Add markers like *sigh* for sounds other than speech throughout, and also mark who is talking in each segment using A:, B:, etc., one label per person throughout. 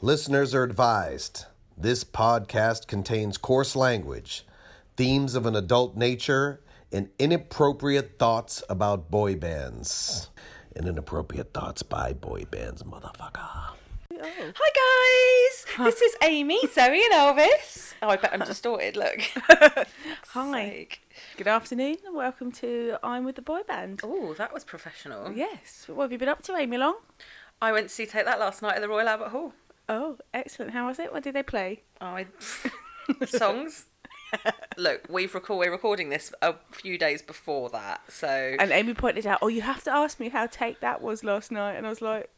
A: Listeners are advised this podcast contains coarse language, themes of an adult nature, and inappropriate thoughts about boy bands. And inappropriate thoughts by boy bands, motherfucker.
B: Hi guys, this is Amy, Zoe, and Elvis. Oh, I bet I'm distorted. *laughs* Look.
C: Hi. Good afternoon and welcome to I'm with the boy band.
B: Oh, that was professional.
C: Yes. What have you been up to, Amy Long?
B: I went to see Take That last night at the Royal Albert Hall.
C: Oh, excellent. How was it? What did they play?
B: Oh, *laughs* I... songs. Look, we've record we're recording this a few days before that, so
C: And Amy pointed out, "Oh, you have to ask me how take that was last night." And I was like,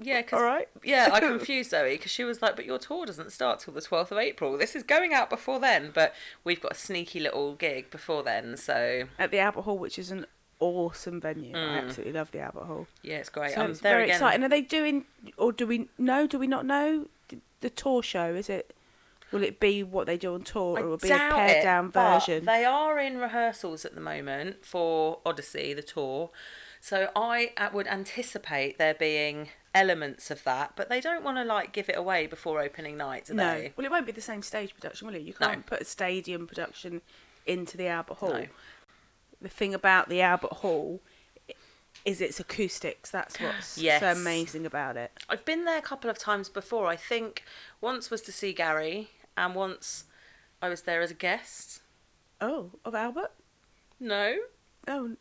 B: yeah, 'cause-
C: "All right."
B: Yeah, *laughs* I confused Zoe because she was like, "But your tour doesn't start till the twelfth of April. This is going out before then, but we've got a sneaky little gig before then, so
C: At the Albert Hall, which is an awesome venue. I
B: Mm.
C: absolutely love the Albert Hall.
B: yeah, it's great.
C: So
B: I'm
C: it's
B: there
C: very
B: again.
C: exciting. Are they doing or do we know, do we not know the- the tour show? Is it will it be what they do on tour
B: I
C: or will it be a
B: doubt
C: pared
B: it,
C: down
B: but
C: version?
B: They are in rehearsals at the moment for Odyssey, the tour. So I uh, would anticipate there being elements of that, but they don't want to like give it away before opening night, do
C: No.
B: they?
C: Well, it won't be the same stage production, will it? You
B: No.
C: can't put a stadium production into the Albert Hall.
B: No.
C: The thing about the Albert Hall is its acoustics. That's what's
B: Yes.
C: so amazing about it.
B: I've been there a couple of times before. I think once was to see Gary, and once I was there as a guest.
C: Oh, of Albert?
B: No,
C: Oh,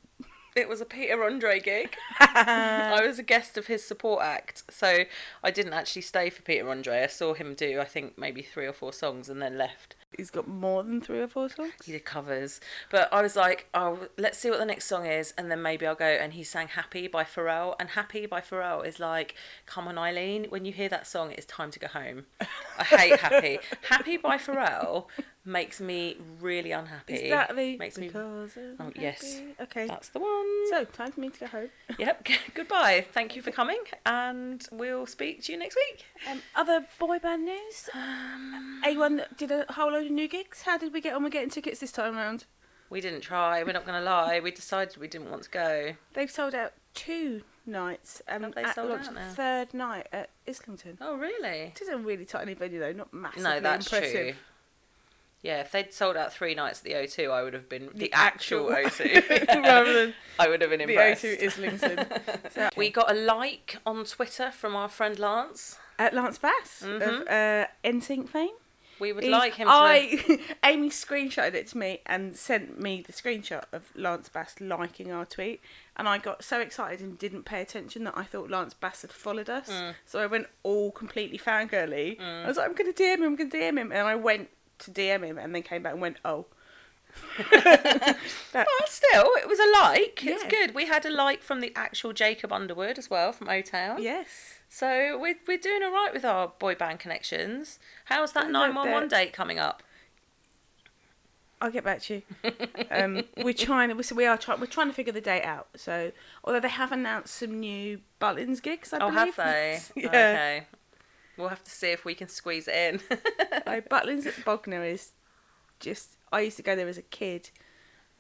B: it was a Peter Andre
C: *laughs*
B: gig. I was a guest of his support act, so I didn't actually stay for Peter Andre. I saw him do, I think, maybe three or four songs and then left.
C: he's got more than three or four songs.
B: he did covers. But I was like, oh, let's see what the next song is, and then maybe I'll go. And he sang Happy by Pharrell, and Happy by Pharrell is like, come on, Eileen, when you hear that song, it's time to go home. I hate
C: *laughs*
B: Happy. Happy by Pharrell makes me really unhappy.
C: Is that the
B: Makes me.
C: because of
B: Oh, yes.
C: happy- Okay.
B: That's the one.
C: So time for me to go home.
B: Yep. Goodbye. Thank you for coming, and we'll speak to you next week.
C: Um, other boy band news.
B: Um,
C: Anyone that did a whole load of new gigs. How did we get on with getting tickets this time around?
B: We didn't try. We're not going to lie. We decided we didn't want to go.
C: They've sold out two nights and
B: Have they
C: at
B: sold
C: launch
B: out now?
C: third night at Islington.
B: Oh, really?
C: It is a really tiny venue though, not massively
B: No, that's
C: impressive.
B: true. Yeah, if they'd sold out three nights at the O2, I would have been the,
C: actual-
B: actual, *laughs* O2
C: *laughs* Rather
B: *laughs*
C: than
B: I would have been
C: The
B: impressed.
C: O2 Islington.
B: *laughs*
C: so,
B: We got a like on Twitter from our friend Lance.
C: at Lance Bass
B: Mm-hmm.
C: of uh, NSYNC fame.
B: We would
C: He-
B: like him to.
C: I *laughs* Amy screenshotted it to me and sent me the screenshot of Lance Bass liking our tweet, and I got so excited and didn't pay attention that I thought Lance Bass had followed us.
B: Mm.
C: So I went all completely fangirly. I was like, I'm going to DM him. I'm going to DM him, and I went to DM him, and then came back and went, oh. That-
B: Well, still, it was a like. It's
C: Yeah.
B: good. We had a like from the actual Jacob Underwood as well from O Town.
C: Yes.
B: So we're, we're doing all right with our boy band connections. How's that
C: What about
B: 911
C: that?
B: date coming up?
C: I'll get back to you.
B: *laughs*
C: Um, we're trying. We so we are trying. We're trying to figure the date out. So, although they have announced some new Butlins gigs, I
B: oh,
C: believe. *laughs*
B: have they? *laughs*
C: yeah.
B: Okay. We'll have to see if we can squeeze it in. *laughs*
C: No, Butlins at Bognor is just. I used to go there as a kid.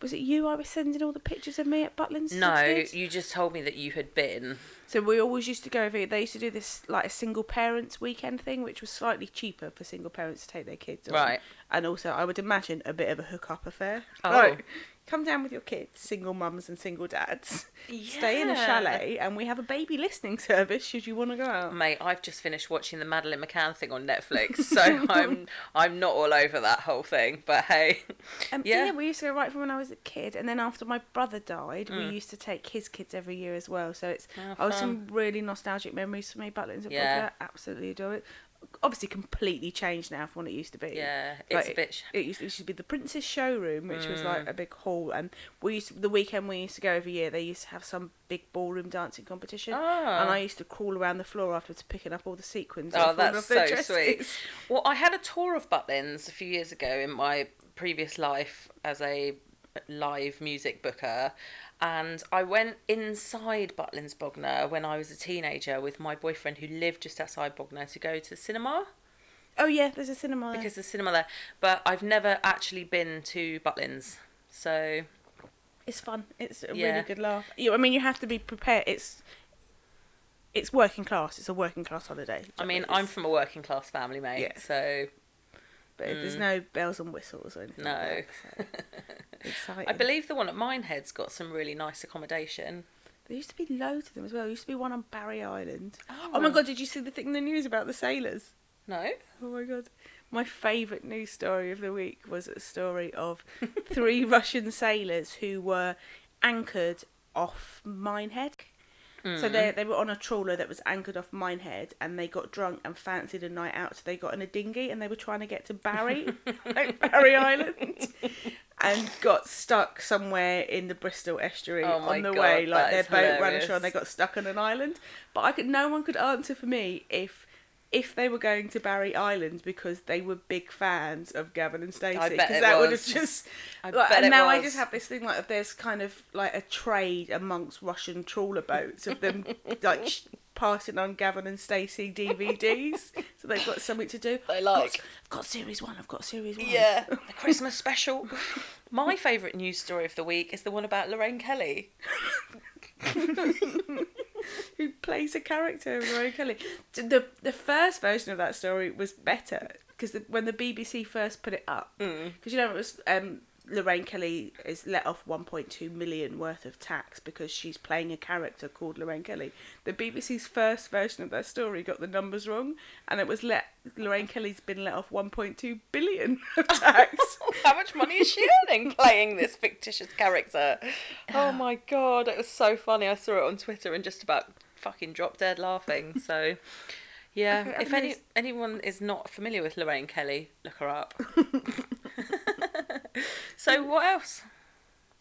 C: Was it you I was sending all the pictures of me at Butlins? as a
B: no,
C: kid?
B: you just told me that you had been.
C: So we always used to go over. They used to do this like a single parents weekend thing, which was slightly cheaper for single parents to take their kids. on.
B: Right.
C: And also, I would imagine a bit of a hookup affair.
B: Oh.
C: Like, come down with your kids, single mums and single dads. Stay in a
B: Yeah.
C: chalet, and we have a baby listening service. Should you want to go out?
B: Mate, I've just finished watching the Madeline McCann thing on Netflix, *laughs* so I'm I'm not all over that whole thing. But hey,
C: Um, so yeah.
B: yeah,
C: we used to go right from when I was a kid, and then after my brother died,
B: Mm.
C: we used to take his kids every year as well. So it's
B: Oh,
C: oh, some really nostalgic memories for me. Butlins,
B: Yeah.
C: yeah, absolutely adore it. Obviously, completely changed now from what it used to be.
B: yeah, it's
C: Like,
B: a bit. Sh- Mm.
C: It used, it used to be the Prince's Showroom, which was like a big hall, and we used to, the weekend we used to go every year. They used to have some big ballroom dancing competition, and
B: Oh.
C: I used to crawl around the floor afterwards, picking up all the sequins. that
B: oh,
C: had fallen
B: that's
C: off their
B: so sweet.
C: dresses.
B: Well, I had a tour of Butlins a few years ago in my previous life as a live music booker, and I went inside Butlins Bognor when I was a teenager with my boyfriend who lived just outside Bognor to go to the cinema.
C: Oh yeah, there's a cinema. there.
B: because there's cinema there. But I've never actually been to Butlins, so
C: It's fun. It's a
B: Yeah.
C: really good laugh. You, I mean, you have to be prepared. It's it's working class. It's a working class holiday. Do you
B: I
C: know
B: mean,
C: what
B: I'm
C: it is?
B: from a working class family, mate.
C: Yeah.
B: So
C: But there's no bells and whistles or anything. like
B: mm. *laughs* No.
C: that, so exciting.
B: I believe the one at Minehead's got some really nice accommodation.
C: there used to be loads of them as well. There used to be one on Barry Island. Oh, my god! Did you see the thing in the news about the sailors?
B: No.
C: Oh my god! My favourite news story of the week was a story of
B: *laughs*
C: three Russian sailors who were anchored off Minehead. So they
B: Mm.
C: they were on a trawler that was anchored off Minehead, and they got drunk and fancied a night out. So they got in a dinghy and they were trying to get
B: *laughs*
C: to Barry, like Barry Island, and got stuck somewhere in the Bristol estuary
B: Oh my
C: on the
B: God,
C: way.
B: that
C: Like their
B: is
C: boat ran
B: hilarious.
C: ashore and they got stuck on an island. But I could no one could answer for me if if they were going to Barry Island because they were big fans of Gavin and Stacey.
B: bet
C: Because
B: it
C: that would have
B: was.
C: just
B: I
C: like,
B: bet
C: and
B: it
C: now I
B: was.
C: just have this thing like if there's kind of like a trade amongst Russian trawler boats
B: *laughs*
C: of them like sh- passing on Gavin and Stacey DVDs, so they've got something to do.
B: *laughs* They
C: I've
B: like-
C: got, I've got series one. I've got series one. *laughs*
B: the Christmas special. My favourite news story of the week is the one about Lorraine Kelly.
C: who plays a character of Roy Kelly. The the first version of that story was better because when the BBC first put it up, because you know it was um, Lorraine Kelly is let off 1.2 million worth of tax because she's playing a character called Lorraine Kelly. The BBC's first version of that story got the numbers wrong, and it was let Lorraine Kelly's been let off 1.2 billion of tax.
B: Oh, How much money is she earning playing this fictitious character? Oh my god, it was so funny. I saw it on Twitter and just about fucking dropped dead laughing. So, yeah,
C: I
B: if any
C: miss-
B: anyone is not familiar with Lorraine Kelly, look her
C: *laughs*
B: up. *laughs* so what else?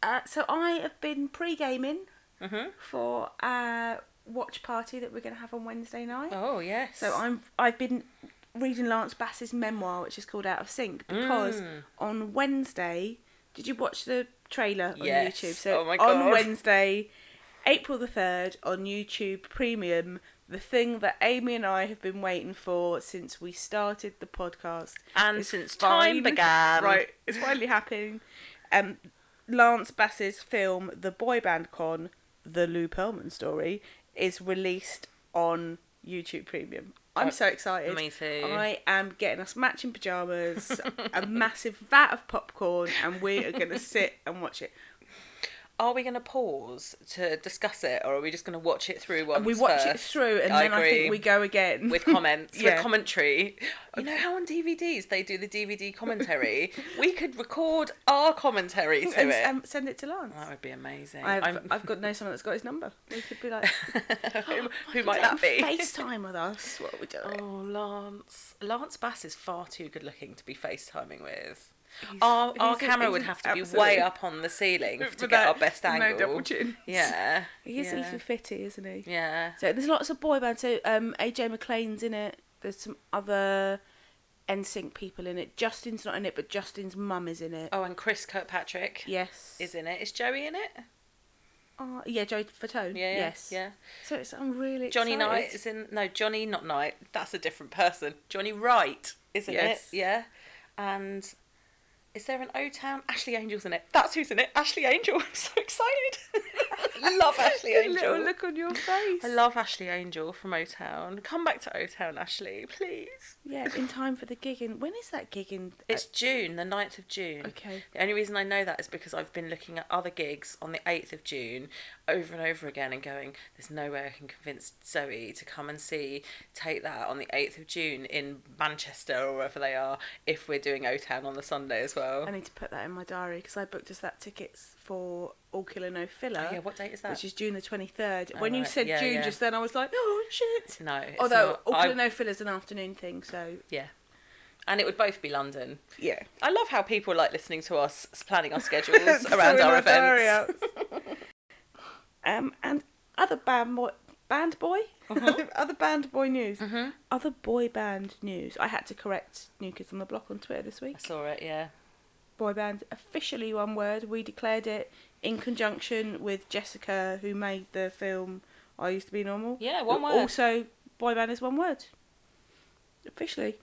C: Uh, so I have been pre gaming for a watch party that we're going to have on Wednesday night.
B: Oh yes.
C: So I'm I've been reading Lance Bass's memoir, which is called Out of Sync, because
B: Mm.
C: on Wednesday, did you watch the trailer on
B: Yes.
C: YouTube? So
B: Oh my
C: on
B: God.
C: Wednesday, April the third on YouTube Premium. The thing that Amy and I have been waiting for since we started the podcast
B: And
C: is
B: since time began.
C: *laughs* right? It's finally happening. Um, Lance Bass's film, The Boy Band Con, The Lou Pearlman Story, is released on YouTube Premium. I'm so excited.
B: Uh, me too.
C: I am getting us matching pajamas, a *laughs* massive vat of popcorn, and we are
B: *laughs*
C: going to sit and watch it.
B: are we going to pause to discuss it, or are we just going to watch it through once?
C: We watch it
B: first?
C: through, and then I
B: agree.
C: think we go again *laughs*
B: with *laughs* comments,
C: Yeah.
B: with commentary. You know how on DVDs they do the DVD *laughs* commentary? we could record our commentary to
C: and,
B: it.
C: and send it to Lance.
B: that would be amazing.
C: I've,
B: I'm- *laughs*
C: I've got to know someone that's got his number. We could be like, "Oh,
B: who who
C: "Could
B: might
C: you
B: that be? *laughs*
C: FaceTime with us. What are we doing?
B: Oh, Lance. Lance Bass is far too good looking to be FaceTiming with. our our
C: he's a-
B: camera
C: he's
B: would
C: a-
B: have to be
C: absolutely.
B: way up on the ceiling to get
C: Without-
B: our best
C: no
B: angle.
C: double chins.
B: Yeah.
C: He is a
B: yeah.
C: little fitty, isn't he?
B: yeah.
C: So there's lots of boy bands. So um, AJ McLean's in it. There's some other NSYNC people in it. Justin's not in it, but Justin's mum is in it.
B: Oh, and Chris Kirkpatrick
C: yes.
B: is in it. Is Joey in it?
C: Uh, yeah, Joe Fatone.
B: Yeah.
C: yes.
B: Yeah.
C: So it's I'm really
B: Johnny
C: excited. *laughs*
B: Knight is in. No, Johnny, not Knight. That's a different person. Johnny Wright, isn't
C: Yes.
B: it? Yeah. And is there an O Town? Ashley Angel's in it. That's who's in it. Ashley Angel. *laughs* I'm so excited. *laughs* love *laughs* Ashley
C: The
B: Angel.
C: little look on your face.
B: I love Ashley Angel from O Town. Come back to O Town, Ashley, please.
C: yeah, in time for the gig. In when is that gig in?
B: It's June, the 9th of June.
C: Okay.
B: The only reason I know that is because I've been looking at other gigs on the 8th of June over and over again and going, there's no way I can convince Zoe to come and see Take That on the 8th of June in Manchester or wherever they are if we're doing O Town on the Sunday as well.
C: I need to put that in my diary because I booked us that tickets for All Killer No Filler.
B: Oh, yeah, what date is that? Oh,
C: Which is June the twenty third. when you
B: right,
C: said
B: yeah,
C: June
B: yeah.
C: just then, I was like, oh shit.
B: No, it's
C: Although
B: not.
C: All
B: I-
C: Killer No Filler's an afternoon thing, so
B: yeah. And it would both be London.
C: yeah. *laughs*
B: I love how people like listening to us planning our schedules around
C: Sorting
B: our
C: my diary
B: events.
C: out. *laughs* um, and other band boy, band boy, *laughs* other band boy news, other boy band news. I had to correct New Kids on the Block on Twitter this week.
B: I saw it, yeah.
C: Boy band officially one word. We declared it in conjunction with Jessica, who made the film I Used to Be Normal.
B: Yeah, one
C: Who
B: word.
C: Also, boy band is one word. Officially,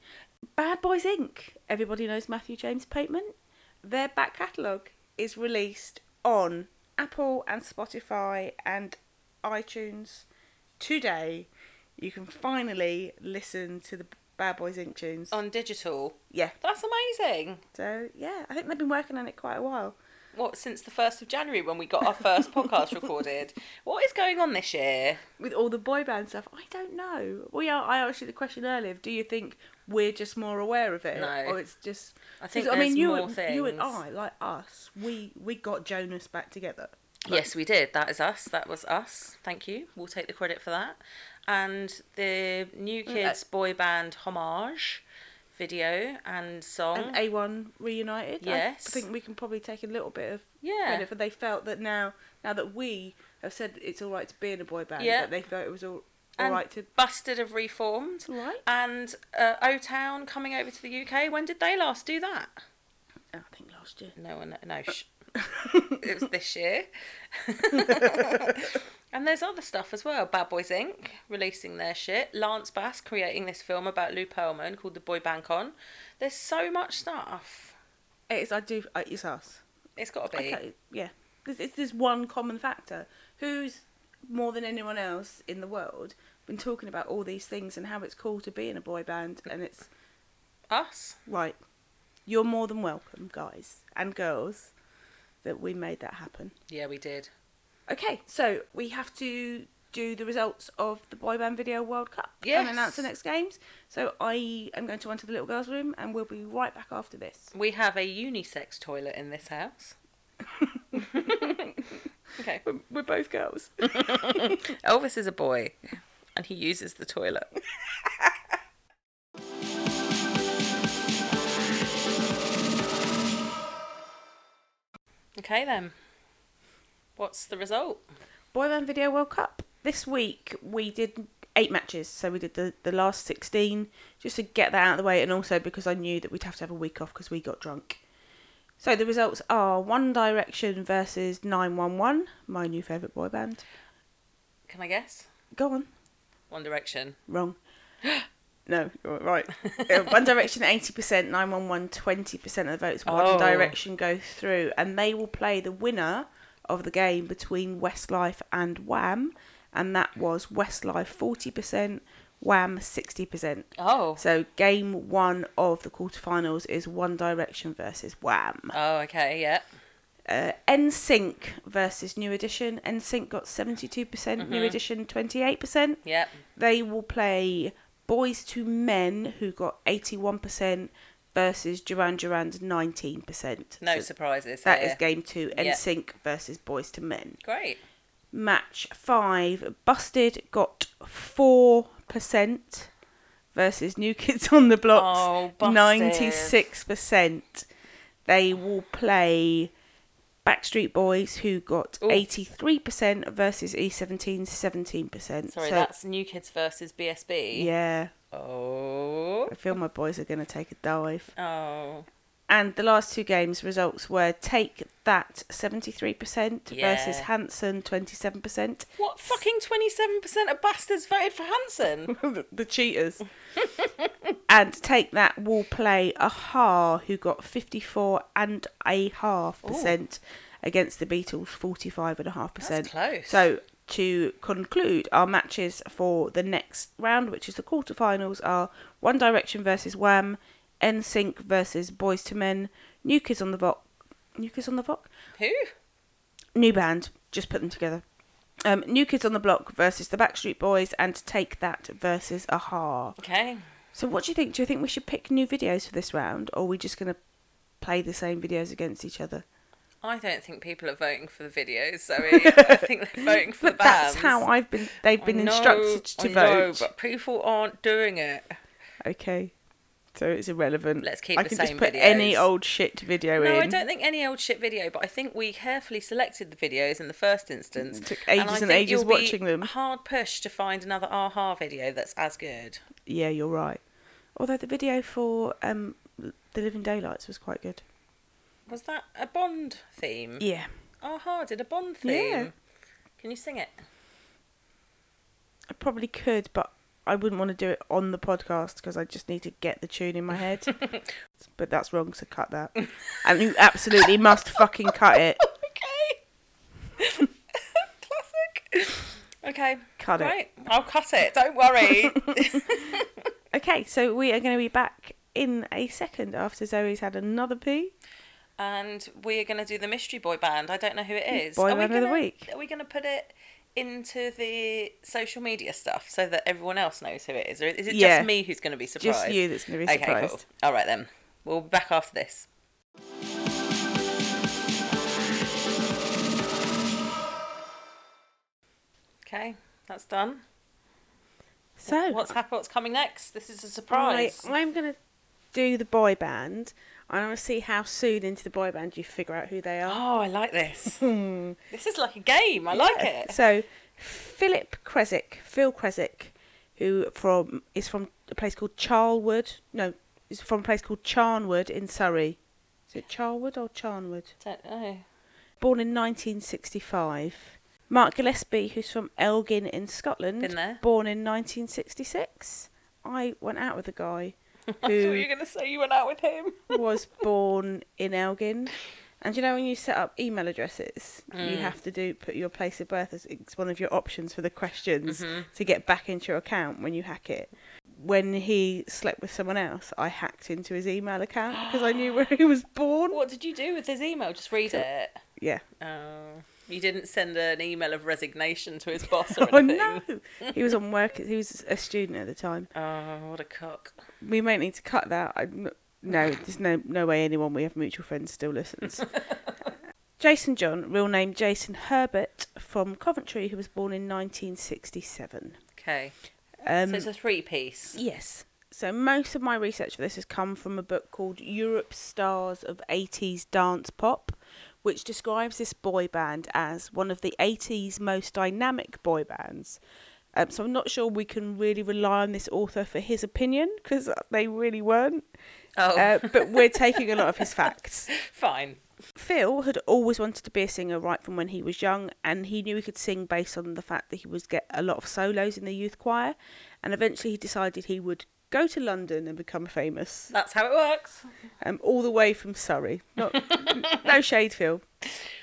C: Bad Boys Inc. Everybody knows Matthew James Pateman. Their back catalogue is released on Apple and Spotify and iTunes today. you can finally listen to the Bad Boys Inc. tunes.
B: on digital.
C: Yeah.
B: That's amazing.
C: So, yeah, I think they've been working on it quite a while.
B: What since the first of January when we got our first *laughs* podcast recorded? What is going on this year?
C: With all the boy band stuff, I don't know. We are, I asked you the question earlier of do you think we're just more aware of it?
B: No.
C: Or it's just.
B: I think
C: 'cause, I
B: there's
C: mean, you,
B: more
C: and, you and
B: things.
C: I, like us, we, we got Jonas back together.
B: yes, we did. That is us. That was us. Thank you. We'll take the credit for that. And the new kids boy band homage video and song.
C: and A1 reunited. I
B: Yes.
C: think we can probably take a little bit of
B: Yeah.
C: credit for they felt that now now that we have said it's all right to be in a boy band,
B: Yeah.
C: that they felt it was all, all
B: And
C: right to
B: Busted have reformed.
C: Right.
B: And uh, O Town coming over to the UK. When did they last do that?
C: oh, I think
B: *laughs*
C: last year.
B: No one. No. Sh- it was this *laughs* year. and there's other stuff as well. Bad Boys Inc. releasing their shit. Lance Bass creating this film about Lou Pearlman called The Boy Bank On. There's so much stuff.
C: It's I do I, it's us.
B: It's got to be.
C: Okay, yeah. There's, it's this one common factor. Who's more than anyone else in the world been talking about all these things and how it's cool to be in a boy band and it's
B: Us.
C: right. You're more than welcome, guys and girls, that we made that happen.
B: Yeah, we did.
C: Okay, so we have to do the results of the boy band video World Cup
B: Yes.
C: and announce the next games. So I am going to run to the little girls' room and we'll be right back after this.
B: We have a unisex toilet in this *laughs* house. okay.
C: We're, we're both girls.
B: Elvis is a boy, and he uses the toilet. *laughs* okay then. What's the result?
C: boy band video World Cup. This week we did eight matches, so we did the, the last 16 just to get that out of the way and also because I knew that we'd have to have a week off because we got drunk. So the results are One Direction versus 911, my new favourite boy band.
B: Can I guess?
C: Go on.
B: One Direction.
C: wrong. *gasps* no, you're right. Uh, One Direction 80%, 911 20% of the votes. One
B: Oh.
C: Direction go through, and they will play the winner of the game between Westlife and Wham, and that was Westlife 40%, Wham 60%.
B: Oh.
C: So game one of the quarterfinals is One Direction versus Wham.
B: Oh, okay. Yeah.
C: Uh, NSYNC versus New Edition. NSYNC got 72%,
B: Mm-hmm.
C: New Edition 28%.
B: Yeah.
C: They will play Boys to Men, who got 81%, versus Duran Duran's 19%.
B: No
C: So
B: surprises.
C: that
B: here.
C: is game two,
B: Yeah.
C: NSYNC versus Boys to Men.
B: great.
C: Match five, Busted got 4% versus New Kids on the
B: Oh,
C: Blocks,
B: Busted.
C: 96%. They will play Backstreet Boys, who got
B: Ooh.
C: 83% versus E E17, 17%.
B: Sorry,
C: So-
B: that's New Kids versus BSB.
C: yeah.
B: Oh.
C: I feel my boys are going to take a dive.
B: Oh.
C: And the last two games results were Take That 73% versus
B: Yeah.
C: Hanson 27%.
B: What fucking twenty-seven percent of bastards voted for
C: *laughs*
B: Hanson?
C: the, the cheaters. and Take That will play Aha, who got 54 and a half percent against the Beatles 45 and a half percent.
B: That's close.
C: So to conclude, our matches for the next round, which is the quarterfinals, are One Direction versus Wham, NSYNC versus Boys to Men, New Kids on the Block, New Kids on the Block,
B: Who?
C: new band. Just put them together. Um, New Kids on the Block versus the Backstreet Boys, and Take That versus Aha.
B: Okay.
C: So, what do you think? Do you think we should pick new videos for this round, or are we just going to play the same videos against each other?
B: I don't think people are voting for the videos,
C: *laughs*
B: Zoe. I think they're voting for the
C: But
B: bands.
C: that's how I've been. They've
B: I
C: been
B: know,
C: instructed
B: I
C: to
B: know,
C: vote.
B: but people aren't doing it.
C: Okay, so it's irrelevant.
B: Let's keep
C: I
B: the
C: can
B: same
C: just put any
B: videos.
C: old shit video in.
B: No, I don't think any old shit video, but I think we carefully selected the videos in the first instance.
C: It took
B: and,
C: ages
B: I
C: and
B: think
C: ages
B: you'll
C: watching
B: be
C: them.
B: Hard pushed to find another aha video that's as good.
C: Yeah, you're right. Although the video for um, the Living Daylights was quite good.
B: Was that a Bond theme?
C: Yeah.
B: Aha did a Bond theme.
C: Yeah.
B: Can you sing
C: *laughs*
B: it?
C: I probably could, but I wouldn't want to do it on the podcast because I just need to get the tune in my head.
B: *laughs*
C: but that's wrong, so cut that. And you absolutely must fucking cut it.
B: okay. *laughs* Classic. Okay.
C: Cut it.
B: Right. I'll cut it. Don't worry.
C: *laughs* Okay, so we are going to be back in a second after Zoe's had another pee.
B: and we are going to do the mystery boy band. I don't know who it is.
C: Boy
B: are we
C: band of the
B: gonna,
C: week.
B: Are we going to put it into the social media stuff so that everyone else knows who it is, or is it
C: Yeah.
B: just me who's going to be surprised?
C: Just you that's going to be
B: okay,
C: surprised.
B: cool. All right then. We'll be back after this. Okay, that's done.
C: So
B: What's happening? What's coming next? This is a
C: Oh. I,
B: surprise.
C: I'm going to do the boy band. I want to see how soon into the boy band you figure out who
B: *gasps*
C: they are.
B: Oh, I like this. *laughs* this is like a game. I like it.
C: So Philip Kreswick, Phil Kreswick, who from is from a place called Charlwood. No, is from a place called Charnwood in Surrey. Is it Charlwood or Charnwood?
B: Don't know.
C: born in 1965. Mark Gillespie, who's from Elgin in Scotland,
B: Been there.
C: born in 1966. I went out with
B: *laughs*
C: a guy
B: I thought you
C: who
B: were going to say you went out with him. *laughs*
C: was born in Elgin. And you know when you set up email addresses, you
B: Mm.
C: have to do put your place of birth as it's one of your options for the questions
B: Mm-hmm.
C: to get back into your account when you hack it. When he slept with someone else, I hacked into his email account because I knew where he was
B: *gasps*
C: born.
B: What did you do with his email? Just read it.
C: Yeah.
B: Oh. You didn't send an email of resignation to his boss *laughs* or
C: *laughs* Oh
B: anything.
C: no! He was on work. He was a student at the time.
B: Oh, what a cock.
C: We might need to cut that. i no, there's no no way anyone we have mutual friends
B: *laughs*
C: still listens. Jason John, real name Jason Herbert from Coventry, who was born in 1967.
B: Okay.
C: Um,
B: so it's a three piece.
C: yes. So most of my research for this has come from a book called Europe Stars of 80s Dance Pop, which describes this boy band as one of the 80s most dynamic boy bands. Um, so I'm not sure we can really rely on this author for his opinion because they really weren't.
B: Oh,
C: Uh, but we're taking a lot of his facts.
B: fine.
C: Phil had always wanted to be a singer right from when he was young, and he knew he could sing based on the fact that he was get a lot of solos in the youth choir. And eventually, he decided he would go to London and become famous,
B: That's how it works.
C: um, all the way from Surrey. Not, *laughs* no shade, Phil.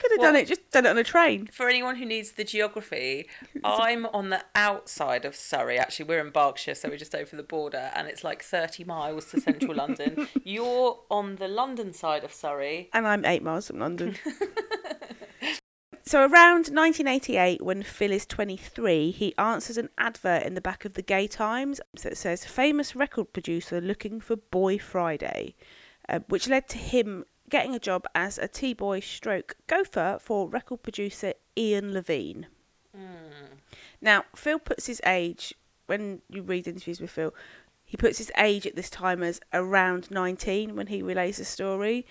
C: Could have done
B: Well-
C: it, just done it on a train.
B: For anyone who needs the geography, I'm on the outside of Surrey. Actually, we're in Berkshire, so we're just over the border, and it's like 30 miles to
C: *laughs*
B: central London. You're on the London side of Surrey.
C: and I'm eight miles from London. so around 1988, when Phil is 23, he answers an advert in the back of the Gay Times that says "famous record producer looking for Boy Friday," uh, which led to him getting a job as a T-boy stroke gopher for record producer Ian Levine. Now, Phil puts his age, when you read interviews with Phil, he puts his age at this time as around 19 when he relays the story.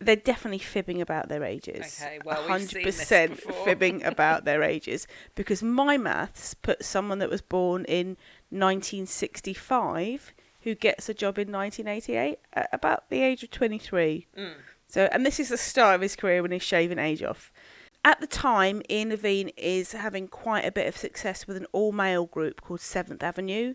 C: They're definitely fibbing about their ages.
B: Okay, well, we've seen this
C: 100%
B: before. *laughs*
C: fibbing about their ages because my maths puts someone that was born in 1965 who gets a job in 1988 at about the age of 23. So, and this is the start of his career when he's shaving age off. At the time, Ian Levine is having quite a bit of success with an all male group called Seventh Avenue.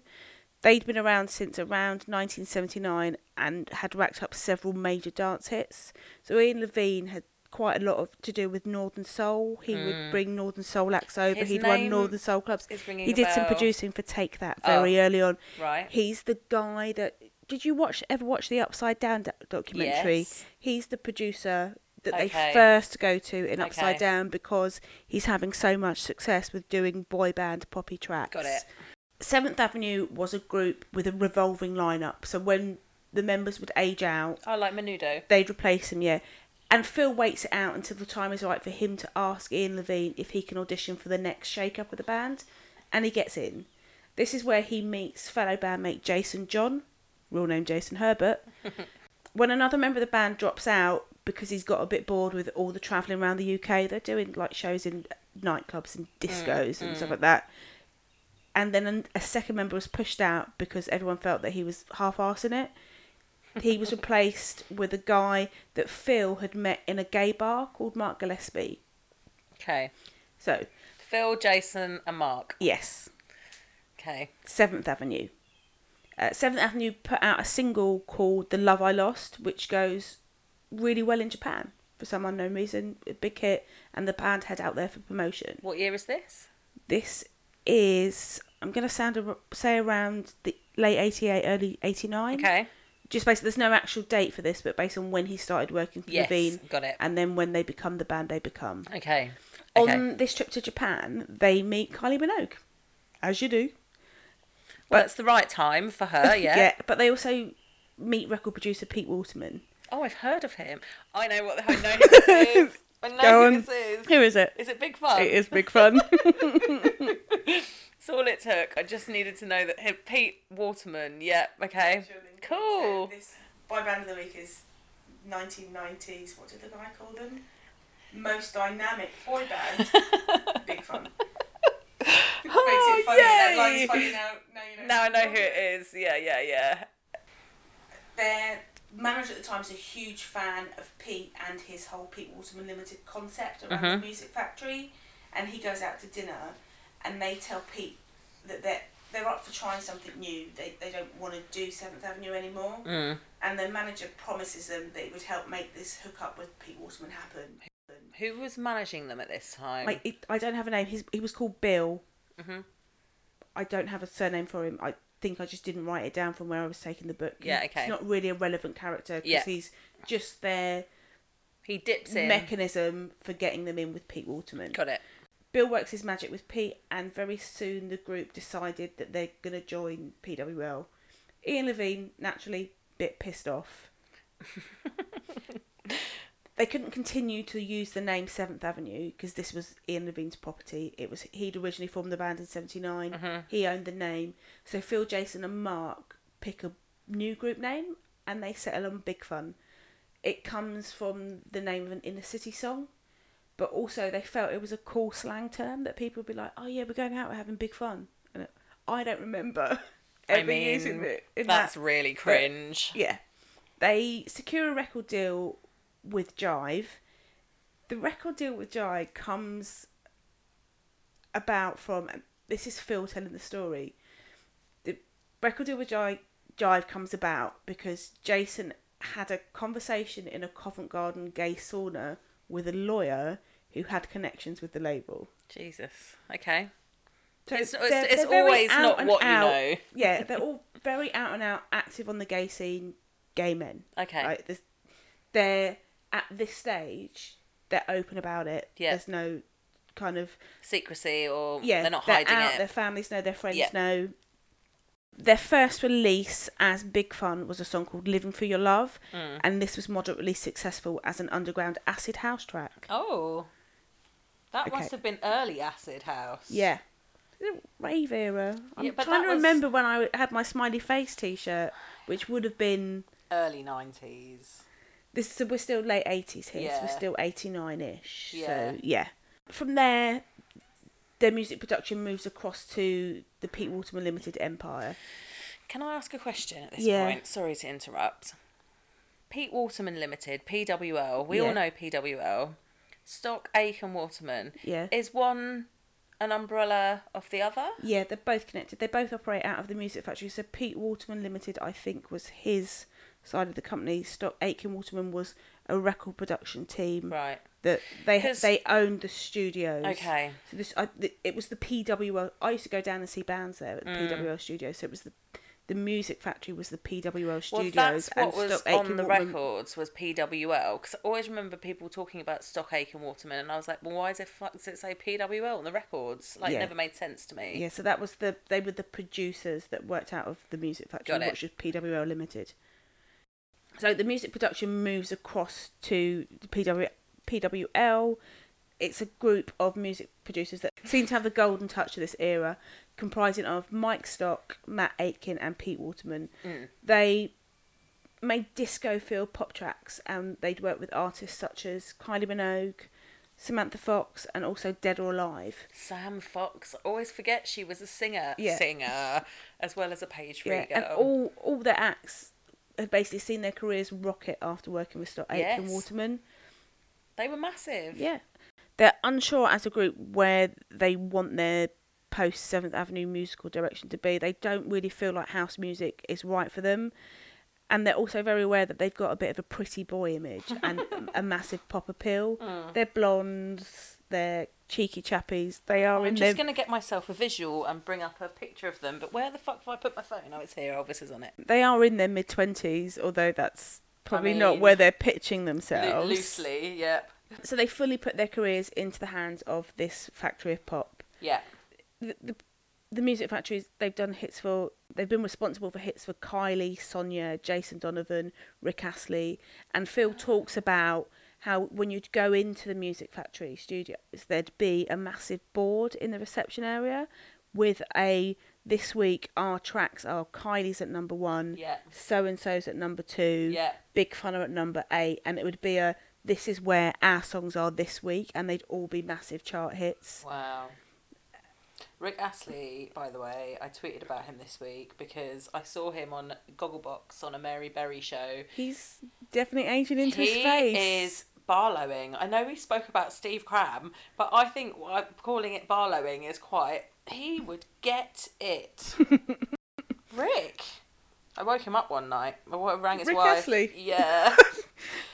C: They'd been around since around 1979 and had racked up several major dance hits. So Ian Levine had quite a lot of to do with Northern Soul. He would bring Northern Soul acts over.
B: Mm. His
C: He'd
B: name
C: won Northern Soul clubs.
B: is ringing
C: He
B: a
C: did some
B: bell. Oh,
C: producing for Take That very early on.
B: right.
C: He's the guy that. Did you watch ever watch the Upside Down do- documentary?
B: Yes.
C: He's the producer that
B: Okay.
C: they first go to in Upside
B: Okay.
C: Down because he's having so much success with doing boy band poppy tracks.
B: Got it.
C: Seventh Avenue was a group with a revolving lineup, so when the members would age out,
B: I like Menudo.
C: they'd replace him, yeah. And Phil waits it out until the time is right for him to ask Ian Levine if he can audition for the next shake up of the band, and he gets in. This is where he meets fellow bandmate Jason John, real name Jason Herbert. when another member of the band drops out because he's got a bit bored with all the travelling around the UK, they're doing like shows in nightclubs and discos and stuff like that. And then an- a second member was pushed out because everyone felt that he was half arsing it he was replaced with a guy that Phil had met in a gay bar called Mark Gillespie.
B: Okay.
C: So,
B: Phil, Jason, and Mark.
C: yes,
B: Okay.
C: Seventh Avenue. Uh, Seventh Avenue put out a single called "The Love I Lost," which goes really well in Japan for some unknown reason. A big hit, and the band head out there for promotion.
B: What year is this?
C: This
D: is I'm gonna sound a, say around the late '88, early '89.
B: Okay.
D: Just basically, there's no actual date for this, but based on when he started working for
B: Yes,
D: Levine,
B: got it.
D: and then when they become the band they become.
B: Okay. Okay.
D: On this trip to Japan, they meet Kylie Minogue, as you do.
B: well, it's the right time for
C: *laughs*
B: her, Oh, yeah.
D: but they also meet record producer Pete
B: *laughs*
D: Waterman.
B: Oh, I've heard of him. I know what the, I know who this is. I know
D: Go
B: who
D: on.
B: this is.
D: Who is it?
B: Is it Big Fun?
D: It is big
B: *laughs*
D: fun.
B: That's all it took. I just needed to know that him, Pete Waterman. Yeah. Okay. Cool. *laughs*
D: this boy band of the week is 1990s. What did the guy call them? Most dynamic boy band. big
B: *laughs*
D: fun.
B: Oh, yay.
D: now. Now you
B: Now I know who it is. Yeah, yeah, yeah.
D: Their manager at the time is a huge fan of Pete and his whole Pete Waterman Limited concept around the Music Factory, and he goes out to dinner, and they tell Pete that they're they're up for trying something new. They they don't want to do Seventh Avenue anymore, and their manager promises them that he would help make this hookup with Pete Waterman happen.
B: Who was managing them at this time?
C: Like it, I don't have a name. He's, he was called Bill.
B: Mhm.
C: I don't have a surname for him. I think I just didn't write it down from where I was taking the book.
B: Yeah, okay.
C: He's not really a relevant character because
B: Yeah.
C: he's just their
B: he dips in.
C: mechanism for getting them in with Pete Waterman.
B: Got it.
C: Bill works his magic with Pete, and very soon the group decided that they're gonna join PWL. Ian Levine, naturally, bit pissed off. they couldn't continue to use the name Seventh Avenue because this was Ian Levine's property. It was he'd originally formed the band in '79.
B: Mm-hmm.
C: He owned the name, so Phil, Jason, and Mark pick a new group name, and they settle on Big Fun. It comes from the name of an inner city song, but also they felt it was a cool slang term that people would be like, "Oh yeah, we're going out, we're having big fun." And it- I don't remember *laughs* ever
B: I mean,
C: using it. In
B: that's
C: that.
B: really cringe.
C: Yeah. They secure a record deal with Jive. The record deal with Jive comes about from and this is Phil telling the story. The record deal with Jive, Jive comes about because Jason had a conversation in a Covent Garden gay sauna with a lawyer who had connections with the label.
B: Jesus. Okay.
C: So
B: It's- it's-
C: they're-
B: it's
C: they're very
B: always
C: out
B: not
C: and
B: what you
C: out-
B: know. *laughs*
C: yeah, they're all very out and out active on the gay scene, gay men.
B: Okay.
C: Like this, they're at this stage, they're open about it.
B: Yeah.
C: There's no kind of
B: Secrecy or
C: yeah,
B: they're not hiding
C: out,
B: it.
C: Their families know, their friends
B: Yeah.
C: know. Their first release as Big Fun was a song called "Living for Your Love,"
B: Mm.
C: and this was moderately successful as an underground acid house track.
B: Oh. That
C: Okay.
B: must have been early Acid House.
C: Yeah. Rave era. I'm
B: Yeah, but
C: trying
B: that
C: to
B: was-
C: remember when I had my smiley face T-shirt, which would have been
B: Early 90s.
C: this so we're still late 80s here so
B: Yeah.
C: we're still 89 ish
B: Yeah.
C: so yeah from there their music production moves across to the Pete Waterman Limited Empire
B: Can I ask a question at this
C: Yeah.
B: point? Sorry to interrupt. Pete Waterman Limited, PWL. We
C: Yeah.
B: all know PWL. Stock Aiken Waterman.
C: Yeah.
B: Is one an umbrella of the other?
C: yeah they're both connected they both operate out of the music factory so Pete Waterman Limited I think was his side of the company Stock Aitken Waterman was a record production team
B: Right.
C: that they
B: 'Cause-
C: they owned the studios
B: Okay.
C: So this, I, th it was the PWL. I used to go down and see bands there at
B: Mm.
C: the PWL studio. So it was the, the Music Factory was the PWL studios.
B: Well, that's what was
C: Stock
B: on
C: Aitken
B: the
C: Waterman-
B: records was PWL because I always remember people talking about Stock Aiken Waterman, and I was like, "Well, why is it fuck does it say PWL on the records? Like,
C: Yeah.
B: never made sense to me."
C: Yeah, so that was the they were the producers that worked out of the Music Factory,
B: Got it.
C: which was PWL Limited. So the music production moves across to the PW, PWL. It's a group of music producers that seem to have the golden touch of this era, comprising of Mike Stock, Matt Aitken, and Pete Waterman.
B: Mm.
C: They made disco feel pop tracks, and they'd worked with artists such as Kylie Minogue, Samantha Fox, and also Dead or Alive.
B: Sam Fox. I always forget she was a singer,
C: Yeah.
B: singer as well as a page three
C: yeah, and
B: girl.
C: all all their acts had basically seen their careers rocket after working with Stock Aitken
B: Yes.
C: Waterman.
B: they were massive.
C: Yeah, they're unsure as a group where they want their post Seventh Avenue musical direction to be. They don't really feel like house music is right for them, and they're also very aware that
B: *laughs* Oh.
C: they've got a bit of a pretty boy image and a massive pop appeal. They're blondes. They're cheeky chappies. They are in
B: I'm
C: their
B: just going to get myself a visual and bring up a picture of them. But where the fuck have I put my phone? Oh, it's here. Elvis is on it.
C: they are in their mid twenties, although that's probably not
B: mean-
C: where they're pitching
B: Lo-
C: themselves.
B: loosely, yep.
C: So they fully put their careers into the hands of this factory of pop.
B: Yeah.
C: The, the, the music factories they've done hits for. They've been responsible for hits for Kylie, Sonia, Jason Donovan, Rick Astley, and Phil talks about how when you'd go into the music factory studios, there'd be a massive board in the reception area with a this week our tracks are Kylie's at number one,
B: Yeah.
C: so and so's at number two,
B: Yeah.
C: Big Fun are at number eight, and it would be a this is where our songs are this week, and they'd all be massive chart hits.
B: Wow. Rick Astley, by the way, I tweeted about him this week because I saw him on Gogglebox on a Mary Berry show.
C: He's definitely aging into
B: he
C: his face.
B: is barlowing. I know we spoke about Steve Cram, but I think what- calling it barlowing is quite. He would get
C: *laughs*
B: it. Rick. I woke him up one night. I wa- rang his
C: Rick
B: wife.
C: Astley?
B: Yeah.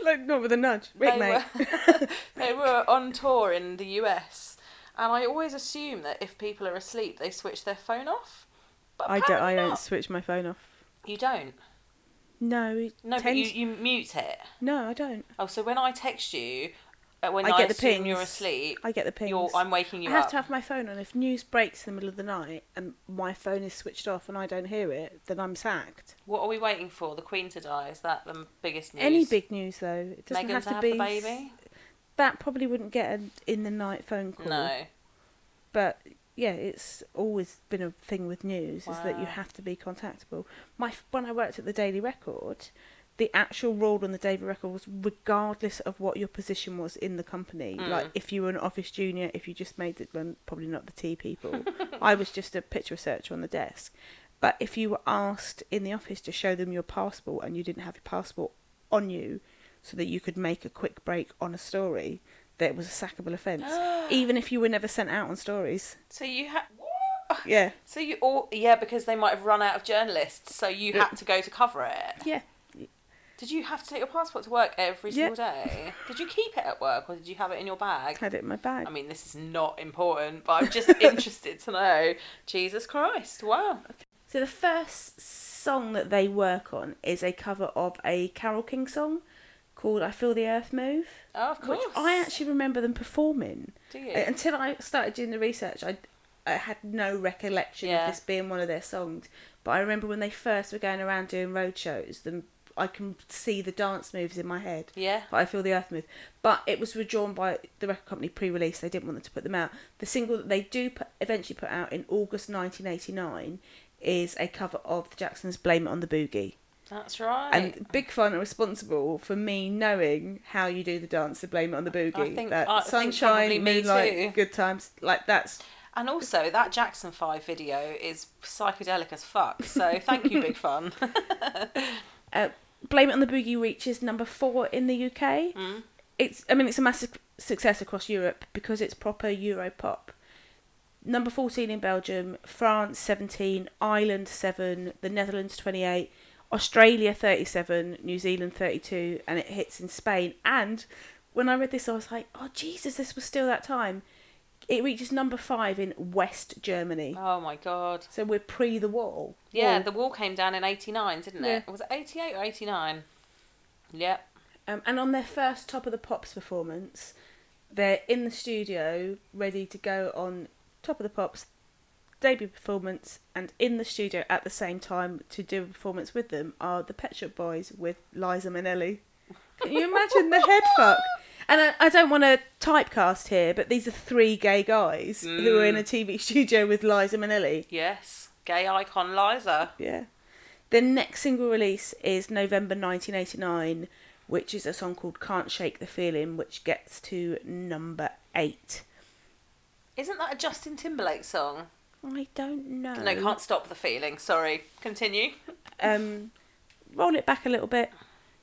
C: like not with a nudge, Rick,
B: they
C: mate.
B: Were, *laughs* they were on tour in the US, and I always assume that if people are asleep, they switch their phone off. But
C: *laughs* I don't. I
B: apparently *laughs*
C: don't
B: not.
C: switch my phone off.
B: You don't.
C: No, it
B: No, but you,
C: tends-
B: you mute it.
C: no, I don't.
B: Oh, so when I text you, uh, when
C: I
B: I,
C: get the
B: assume you're
C: pings.
B: asleep,
C: I get the pings.
B: You're, I'm waking you
C: I have
B: up.
C: to have my phone on. If news breaks in the middle of the night and my phone is switched off and I don't hear it, then I'm sacked.
B: What are we waiting for? The Queen to die? Is that the biggest news?
C: Any big news though, it doesn't
B: Meghan
C: have to,
B: have
C: be
B: the baby?
C: That probably wouldn't get an in the night phone call.
B: No.
C: but yeah, it's always been a thing with news is that you
B: Wow.
C: have to be contactable. My when I worked at the Daily Record, the actual rule on the Daily Record was regardless of what your position was in the company, like if you were an office junior, if you just made it, well, probably not the tea people. I was just a picture researcher on the desk. But if you were asked in the office to show them your passport and you didn't have your passport on you, so that you could make a quick break on a story, that was a sackable offence, even if you were never sent out on stories.
B: So you had what?
C: Yeah.
B: So you all yeah because they might have run out of journalists, so you had to go to cover it.
C: Yeah.
B: Did you have to take your passport to work every
C: Yeah.
B: single day? Did you keep it at work or did you have it in your bag?
C: Had it in my bag.
B: I mean, this is not important, but I'm just *laughs* interested to know. Jesus Christ! Wow.
C: So the first song that they work on is a cover of a Carol King song called I Feel the Earth Move.
B: Oh, of course.
C: Which I actually remember them performing. Uh,
B: Do you?
C: Until I started doing the research, I, I had no recollection
B: Yeah.
C: of this being one of their songs. But I remember when they first were going around doing road shows, them I can see the dance moves in my head.
B: Yeah.
C: But I feel the earth move. But it was withdrawn by the record company pre-release. They didn't want them to put them out. The single that they do put, eventually put out in August 1989 is a cover of the Jacksons' "Blame It on the Boogie."
B: That's right.
C: And Big Fun are responsible for me knowing how you do the dance to blame it on the boogie.
B: think-
C: that
B: I think
C: sunshine,
B: probably me
C: moonlight,
B: too.
C: good times. Like that's
B: And also, that Jackson 5 video is psychedelic as fuck, so thank you, Big
C: *laughs*
B: Fun. *laughs*
C: uh, blame it on the boogie reaches number four in the UK. It's I mean it's a massive success across Europe because it's proper Euro pop. Number fourteen in Belgium, France seventeen, Ireland seven, the Netherlands twenty eight. Australia 37, New Zealand 32, and it hits in Spain. And when I read this, I was like, oh, Jesus, this was still that time. It reaches number five in West Germany.
B: oh my god.
C: So we're pre the wall.
B: Yeah,
C: Wall.
B: the wall came down in 89, didn't it?
C: Yeah.
B: Was it 88 or 89? Yep.
C: Um, and on their first Top of the Pops performance, they're in the studio ready to go on Top of the Pops debut performance, and in the studio at the same time to do a performance with them are the Pet Shop Boys with Liza Minnelli. Can you imagine the head fuck? And I, I don't want to typecast here, but these are three gay guys who are in a TV studio with Liza Minnelli.
B: Yes. Gay icon Liza.
C: Yeah. The next single release is November 1989, which is a song called Can't Shake the Feeling, which gets to number eight.
B: Isn't that a Justin Timberlake song?
C: I don't know.
B: No, can't stop the feeling. Sorry. Continue.
C: Um, roll it back a little bit.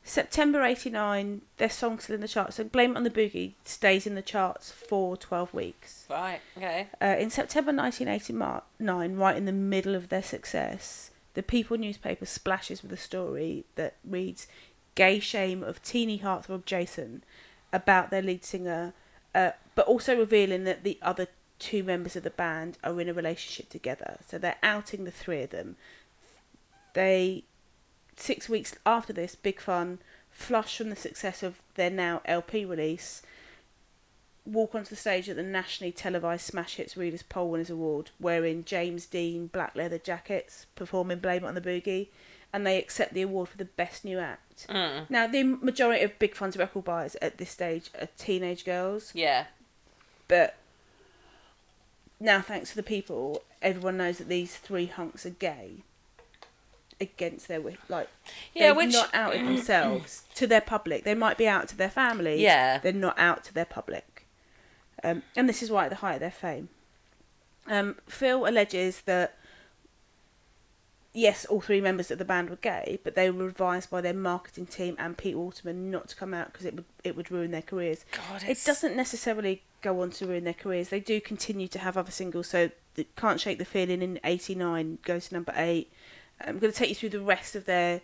C: September 89, their song still in the charts. So Blame It on the Boogie stays in the charts for 12 weeks.
B: Right, okay.
C: Uh, in September 1989, right in the middle of their success, the People newspaper splashes with a story that reads Gay Shame of Teeny Heartthrob Jason about their lead singer, uh, but also revealing that the other two members of the band are in a relationship together. So they're outing the three of them. They, six weeks after this, Big Fun, flush from the success of their now LP release, walk onto the stage at the nationally televised Smash Hits Readers Poll Winners Award, wearing James Dean black leather jackets, performing Blame It on the Boogie, and they accept the award for the best new act. Now, the majority of Big Fun's record buyers at this stage are teenage girls,
B: Yeah.
C: but now, thanks to the people, everyone knows that these three hunks are gay. Against their wi- like,
B: Yeah,
C: they've
B: which-
C: not
B: *clears throat*
C: outed themselves to their public. They might be out to their family.
B: Yeah.
C: they're not out to their public, um, and this is why at the height of their fame. Um, Phil alleges that yes, all three members of the band were gay, but they were advised by their marketing team and Pete Waterman not to come out because it would it would ruin their careers.
B: God,
C: it
B: it's-
C: doesn't necessarily go on to ruin their careers. They do continue to have other singles. So the "Can't Shake the Feeling" in '89 goes to number eight. I'm going to take you through the rest of their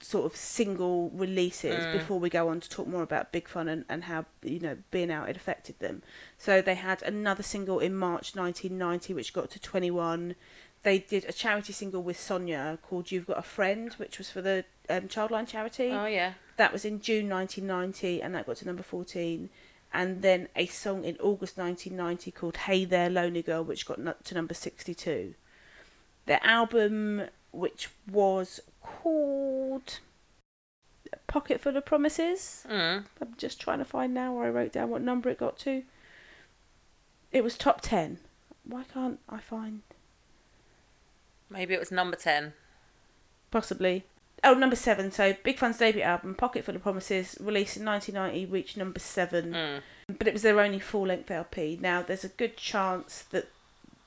C: sort of single releases before we go on to talk more about Big Fun and, and how you know being out it affected them. So they had another single in March 1990 which got to 21. They did a charity single with Sonia called "You've Got a Friend," which was for the um, Childline charity.
B: Oh yeah.
C: That was in June 1990 and that got to number 14. And then a song in August 1990 called Hey There Lonely Girl, which got nu- to number 62. Their album, which was called Pocket Full of Promises.
B: Mm.
C: I'm just trying to find now where I wrote down what number it got to. It was top 10. Why can't I find.
B: Maybe it was number ten.
C: Possibly. Oh, number seven. So Big Fun's debut album, Pocket Full of Promises, released in 1990, reached number seven. But it was their only full length LP. Now, there's a good chance that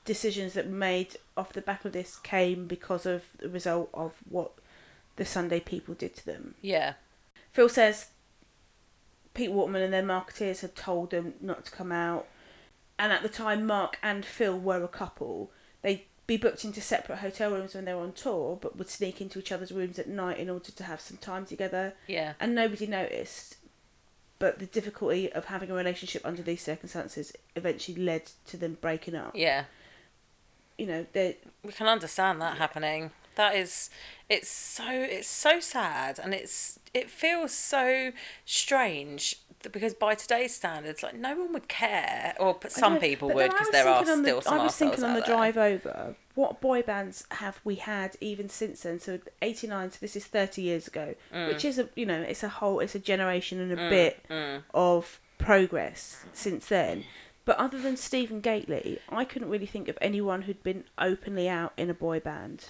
C: decisions that were made off the back of this came because of the result of what the Sunday people did to them.
B: Yeah.
C: Phil says Pete Waterman and their marketeers had told them not to come out, and at the time Mark and Phil were a couple. They'd be booked into separate hotel rooms when they were on tour, but would sneak into each other's rooms at night in order to have some time together,
B: Yeah.
C: and nobody noticed. But the difficulty of having a relationship under these circumstances eventually led to them breaking up.
B: Yeah.
C: You know, they
B: we can understand that happening that is it's so it's so sad and it's it feels so strange th- because by today's standards like no one would care or p-
C: I
B: some
C: know,
B: people
C: but
B: would
C: then I
B: because
C: was
B: there are
C: thinking on the-
B: still some
C: I was thinking
B: arseholes
C: on the
B: out there.
C: drive over, what boy bands have we had even since then? So eighty nine, so this is thirty years ago,
B: Mm.
C: which is a you know it's a whole it's a generation and a bit
B: mm.
C: of progress since then. But other than Stephen Gately, I couldn't really think of anyone who'd been openly out in a boy band.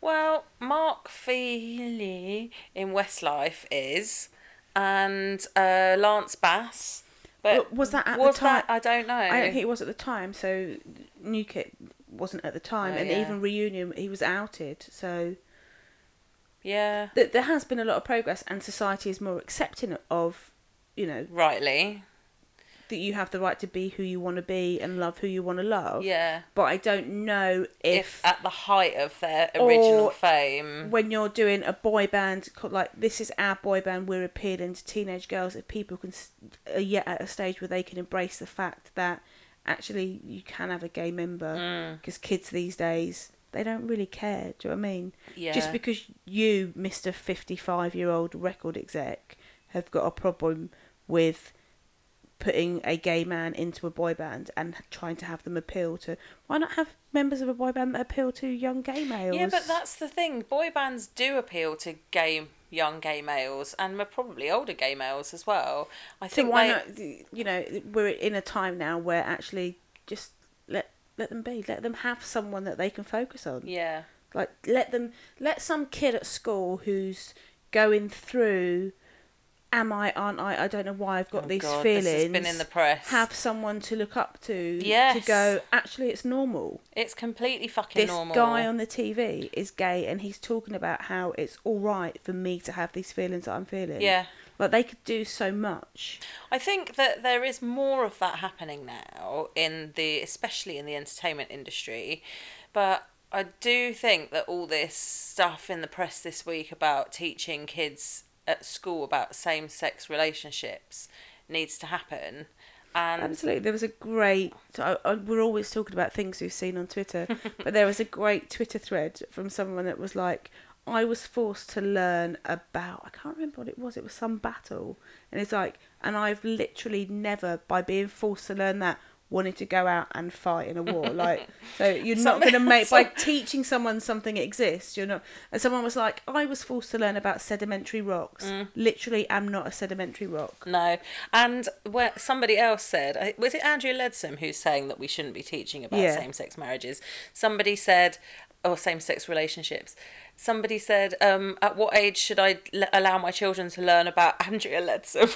B: well mark feely in westlife is and uh lance bass but
C: But was that at the
B: was
C: time?
B: that- i don't know
C: I don't think it was at the time. So New Kid wasn't at the time,
B: Oh,
C: and
B: yeah.
C: even Reunion, he was outed. So.
B: yeah
C: that there has been a lot of progress and society is more accepting of you know
B: rightly
C: that you have the right to be who you want to be and love who you want to love
B: yeah
C: but i don't know
B: if
C: if,
B: at the height of their original
C: Or-
B: fame
C: when you're doing a boy band called like this is our boy band we're appealing to teenage girls if people can s- are yet at a stage where they can embrace the fact that actually you can have a gay
B: Mm.
C: member because kids these days they don't really care do you know what i mean
B: Yeah.
C: just because you mr 55 year old record exec have got a problem with putting a gay man into a boy band and trying to have them appeal to why not have members of a boy band that appeal to young gay males
B: Yeah, but that's the thing. Boy bands do appeal to gay young gay males and probably older gay males as well. I
C: So
B: think
C: why
B: they-
C: not? You know, we're in a time now where actually just let let them be, let them have someone that they can focus on.
B: Yeah.
C: Like let them let some kid at school who's going through, am I? Aren't I? I don't know why I've got
B: Oh,
C: these
B: God,
C: feelings.
B: this has been in the press.
C: Have someone to look up to. To
B: Yes.
C: go. Actually, it's normal.
B: It's completely fucking
C: This
B: normal.
C: guy on the TV is gay, and he's talking about how it's all right for me to have these feelings that I'm feeling.
B: Yeah.
C: Like they could do so much.
B: I think that there is more of that happening now in the especially in the entertainment industry. But I do think that all this stuff in the press this week about teaching kids at school about same-sex relationships needs to happen And
C: Absolutely. There was a great. I, I, we're always talking about things we've seen on Twitter, but there was a great Twitter thread from someone that was like, I was forced to learn about. I can't remember what it was. It was some battle. And it's like, and I've literally never, by being forced to learn that, wanted to go out and fight in a war. like, so you're not
B: Something-
C: going to make, by teaching someone something exists, you're not. And someone was like, I was forced to learn about sedimentary rocks. Literally, am not a sedimentary rock.
B: no, and where somebody else said, I- was it Andrea Leadsom who's saying that we shouldn't be teaching about
C: Yeah.
B: same-sex marriages? Somebody said, or same-sex relationships. Somebody said, um, "At what age should I l- allow my children to learn about *laughs* Andrea Leadsom?"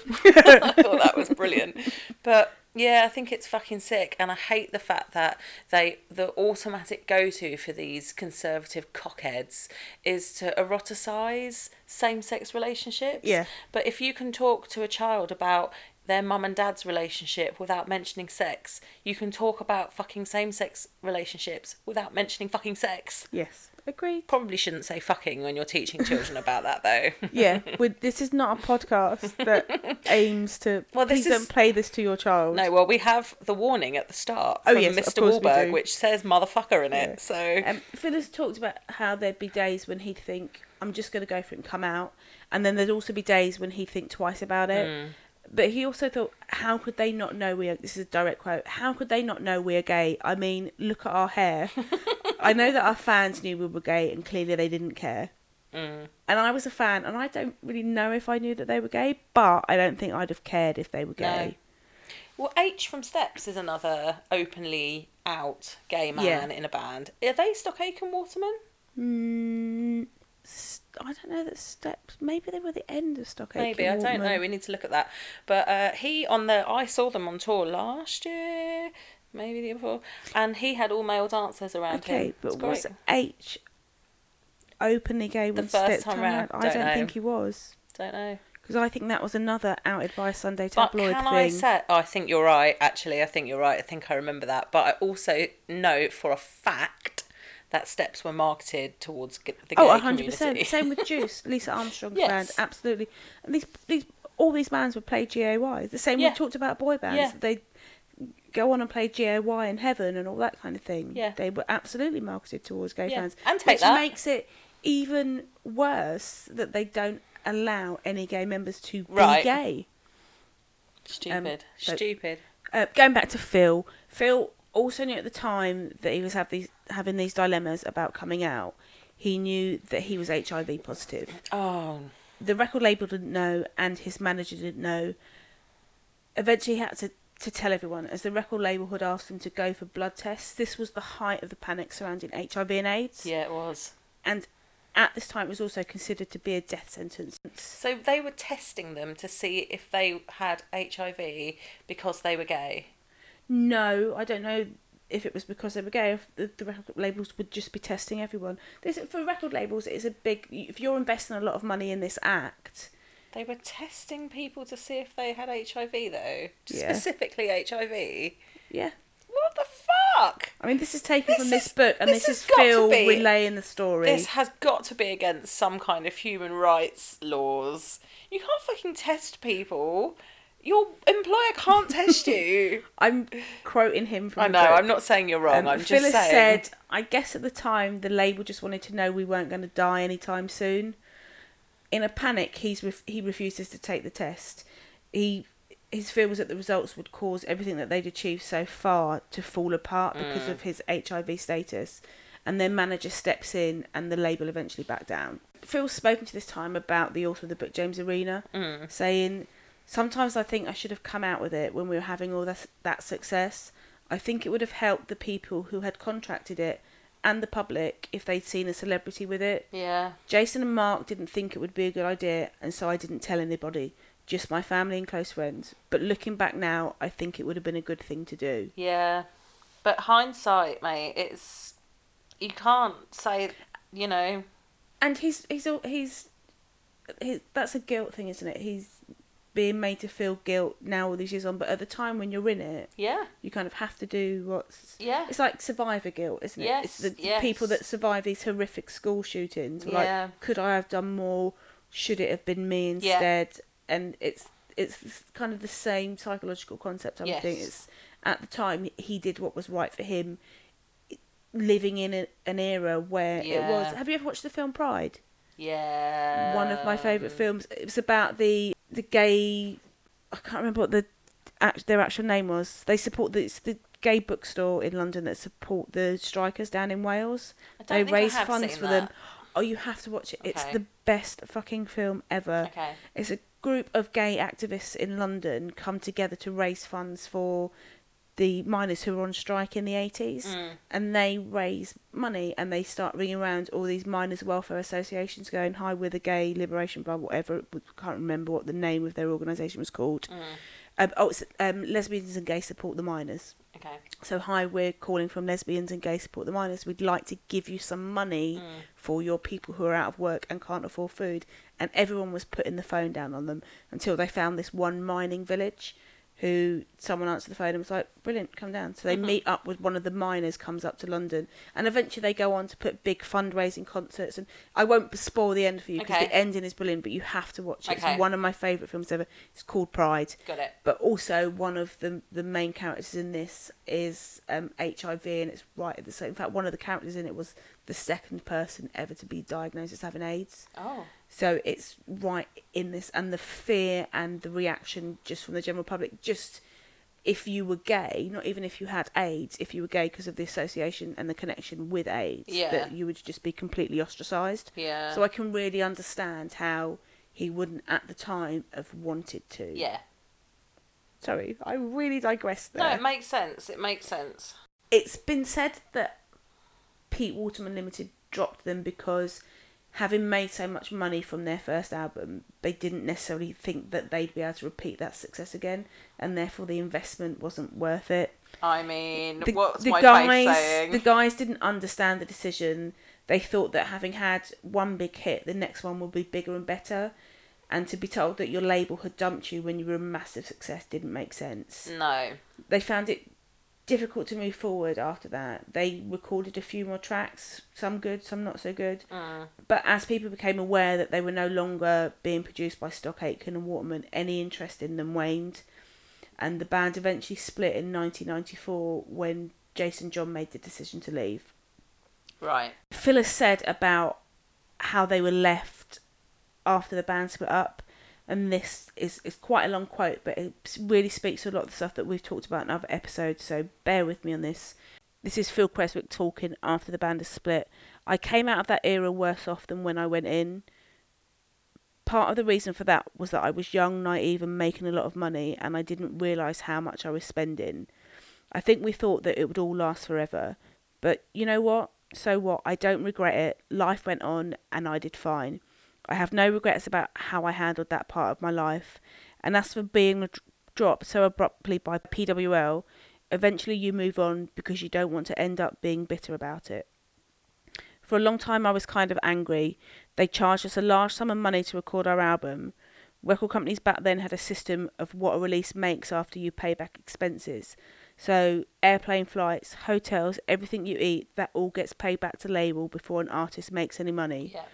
B: I thought that was brilliant, but yeah, I think it's fucking sick, and I hate the fact that they the automatic go to for these conservative cockheads is to eroticize same sex relationships.
C: Yeah.
B: But if you can talk to a child about their mum and dad's relationship without mentioning sex, you can talk about fucking same sex relationships without mentioning fucking sex.
C: Yes. Agreed.
B: Probably shouldn't say fucking when you're teaching children about that
C: *laughs*
B: though. *laughs*
C: yeah, we this is not a podcast that aims to.
B: *laughs* Well, this
C: please don't
B: is-
C: play this to your child.
B: No, well, we have the warning at the start
C: Oh,
B: from
C: yes, of
B: Mr.
C: course we
B: Wahlberg,
C: do.
B: which says motherfucker in it. So,
C: Um, Phyllis talked about how there'd be days when he'd think, "I'm just going to go for it and come out," and then there'd also be days when he'd think twice about it.
B: Mm.
C: But he also thought, "How could they not know we are?" This is a direct quote. How could they not know we are gay? I mean, look at our hair. I know that our fans knew we were gay, and clearly they didn't care.
B: Mm.
C: And I was a fan, and I don't really know if I knew that they were gay, but I don't think I'd have cared if they were gay.
B: well, H from Steps is another openly out gay man
C: Yeah.
B: in a band. Are they Stockacre and Waterman?
C: Mm, s- I don't know that steps. Maybe they were the end of Stock Aitken
B: Maybe I don't know.
C: Walkman.
B: We need to look at that. But uh, he on the I saw them on tour last year, maybe the year before, and he had all male dancers around
C: Okay,
B: him. It's
C: but
B: great.
C: was H openly gay when
B: The first
C: Steps
B: time
C: came
B: round,
C: out? I
B: don't
C: don't
B: know.
C: think he was
B: Don't know.
C: because I think that was another outed by a Sunday
B: But
C: tabloid
B: can
C: thing.
B: I say? Oh, I think you're right. Actually, I think you're right. I think I remember that. But I also know for a fact that steps were marketed towards g- the gay
C: Oh, hundred
B: community.
C: percent. Same with Juice, Lisa Armstrong's
B: Yes.
C: band, absolutely. And these, these, all these bands would play GAY. The same
B: Yeah.
C: we talked about boy bands.
B: Yeah.
C: They go on and play GAY in heaven and all that kind of thing.
B: Yeah.
C: They were absolutely marketed towards gay
B: Yeah.
C: fans,
B: And take
C: which
B: that.
C: makes it even worse that they don't allow any gay members to
B: Right.
C: be gay.
B: *laughs* Stupid.
C: so-
B: Stupid.
C: Uh, going back to Phil, Phil also knew at the time that he was have these, having these dilemmas about coming out. He knew that he was HIV positive
B: Oh,
C: the record label didn't know and his manager didn't know. Eventually, he had to, to tell everyone as the record label had asked him to go for blood tests. This was the height of the panic surrounding HIV and AIDS,
B: yeah, it was.
C: and at this time, it was also considered to be a death sentence.
B: So they were testing them to see if they had HIV because they were gay.
C: No, I don't know if it was because they were gay. If the, the record labels would just be testing everyone. This for record labels, it's a big. If you're investing a lot of money in this act,
B: They were testing people to see if they had HIV though,
C: Yeah.
B: specifically HIV.
C: yeah.
B: What the fuck?
C: I mean, this is taken
B: This
C: from
B: is-
C: this book, and
B: this
C: this,
B: has
C: is
B: got to
C: Phil
B: be-
C: relaying the story.
B: This has got to be against some kind of human rights laws. You can't fucking test people. Your employer
C: *laughs*
B: can't test you.
C: I'm quoting him from.
B: I
C: the
B: know.
C: book.
B: I'm not saying you're wrong.
C: Um,
B: I'm just
C: Phyllis
B: saying.
C: said, "I guess at the time the label just wanted to know we weren't going to die anytime soon." In a panic, he's ref- he refuses to take the test. He his fear was that the results would cause everything that they'd achieved so far to fall apart because of his HIV status. And their manager steps in, and the label eventually back down. Phil's spoken to this time about the author of the book, James Arena, saying, Sometimes I think I should have come out with it when we were having all this, that success. I think it would have helped the people who had contracted it and the public if they'd seen a celebrity with it.
B: yeah.
C: Jason and Mark didn't think it would be a good idea, and so I didn't tell anybody, just my family and close friends. But looking back now, I think it would have been a good thing to do.
B: Yeah. But hindsight, mate, it's you can't say, you know,
C: And he's he's all he's, he's that's a guilt thing, isn't it? He's being made to feel guilt now all these years on, but at the time when you're in it,
B: yeah.
C: you kind of have to do what's
B: Yeah.
C: It's like survivor guilt, isn't it? it's
B: Yes,
C: the
B: yes.
C: people that survive these horrific school shootings. were
B: Yeah.
C: Like, could I have done more? Should it have been me
B: Yeah.
C: instead? And it's it's this- kind of the same psychological concept. I would think
B: Yes.
C: it's at the time he did what was right for him, living in a, an era where it
B: Yeah.
C: was. Have you ever watched the film Pride?
B: Yeah.
C: one of my favorite films. It was about the the gay. I can't remember what the act, their actual name was. They support the, it's the gay bookstore in London that support the strikers down in Wales.
B: I don't
C: they
B: think I
C: raise
B: have
C: funds
B: seen
C: for them.
B: that.
C: Oh, you have to watch it. It's
B: Okay.
C: the best fucking film ever.
B: Okay.
C: It's a group of gay activists in London come together to raise funds for the miners who were on strike in the 80s and they raise money and they start ringing around all these miners welfare associations going hi we're the gay liberation blah whatever it was- can't remember what the name of their organisation was called um, oh it's um, lesbians and gays support the miners
B: Okay.
C: so hi we're calling from lesbians and gay support the miners we'd like to give you some money
B: Mm.
C: for your people who are out of work and can't afford food and everyone was putting the phone down on them until they found this one mining village who someone answered the phone and was like brilliant come down so they
B: Mm-hmm.
C: meet up with one of the miners comes up to london and eventually they go on to put big fundraising concerts and i won't spoil the end for you because
B: Okay.
C: the ending is brilliant but you have to watch it
B: Okay.
C: it's one of my favourite films ever it's called pride
B: Got it.
C: but also one of the the main characters in this is um, HIV, and it's right at the same. In fact, one of the characters in it was the second person ever to be diagnosed as having AIDS.
B: Oh.
C: So it's right in this, and the fear and the reaction just from the general public. Just if you were gay, not even if you had AIDS, if you were gay because of the association and the connection with AIDS,
B: Yeah.
C: that you would just be completely ostracised.
B: Yeah.
C: So I can really understand how he wouldn't at the time have wanted to.
B: Yeah.
C: Sorry, I really digressed there.
B: No, it makes sense. It makes sense.
C: it's been said that Pete Waterman Limited dropped them because having made so much money from their first album, they didn't necessarily think that they'd be able to repeat that success again, and therefore the investment wasn't worth it.
B: I mean,
C: The,
B: what's
C: the
B: my face
C: guys,
B: saying?
C: the guys didn't understand the decision. They thought that having had one big hit, the next one would be bigger and better, and to be told that your label had dumped you when you were a massive success didn't make
B: Mm.
C: sense
B: No.
C: they found it difficult to move forward after that. They recorded a few more tracks, some good, some not so good. But as people became aware that they were no longer being produced by Stock Aitken and Waterman, any interest in them waned. And the band eventually split in 1994 when Jason John made the decision to leave.
B: Right.
C: Phyllis said about how they were left after the band split up, and this is, is quite a long quote, but it really speaks to a lot of the stuff that we've talked about in other episodes, so bear with me on this. This is Phil Creswick talking after the band is split. I came out of that era worse off than when I went in. Part of the reason for that was that I was young, naive, and making a lot of money, and I didn't realise how much I was spending. I think we thought that it would all last forever. But you know what? So what? I don't regret it. Life went on and I did fine. I have no regrets about how I handled that part of my life. And as for being dr- dropped so abruptly by PWL, eventually you move on because you don't want to end up being bitter about it. For a long time, I was kind of angry. They charged us a large sum of money to record our album. Record companies back then had a system of what a release makes after you pay back expenses. So, airplane flights, hotels, everything you eat, that all gets paid back to label before an artist makes any money.
B: Yeah.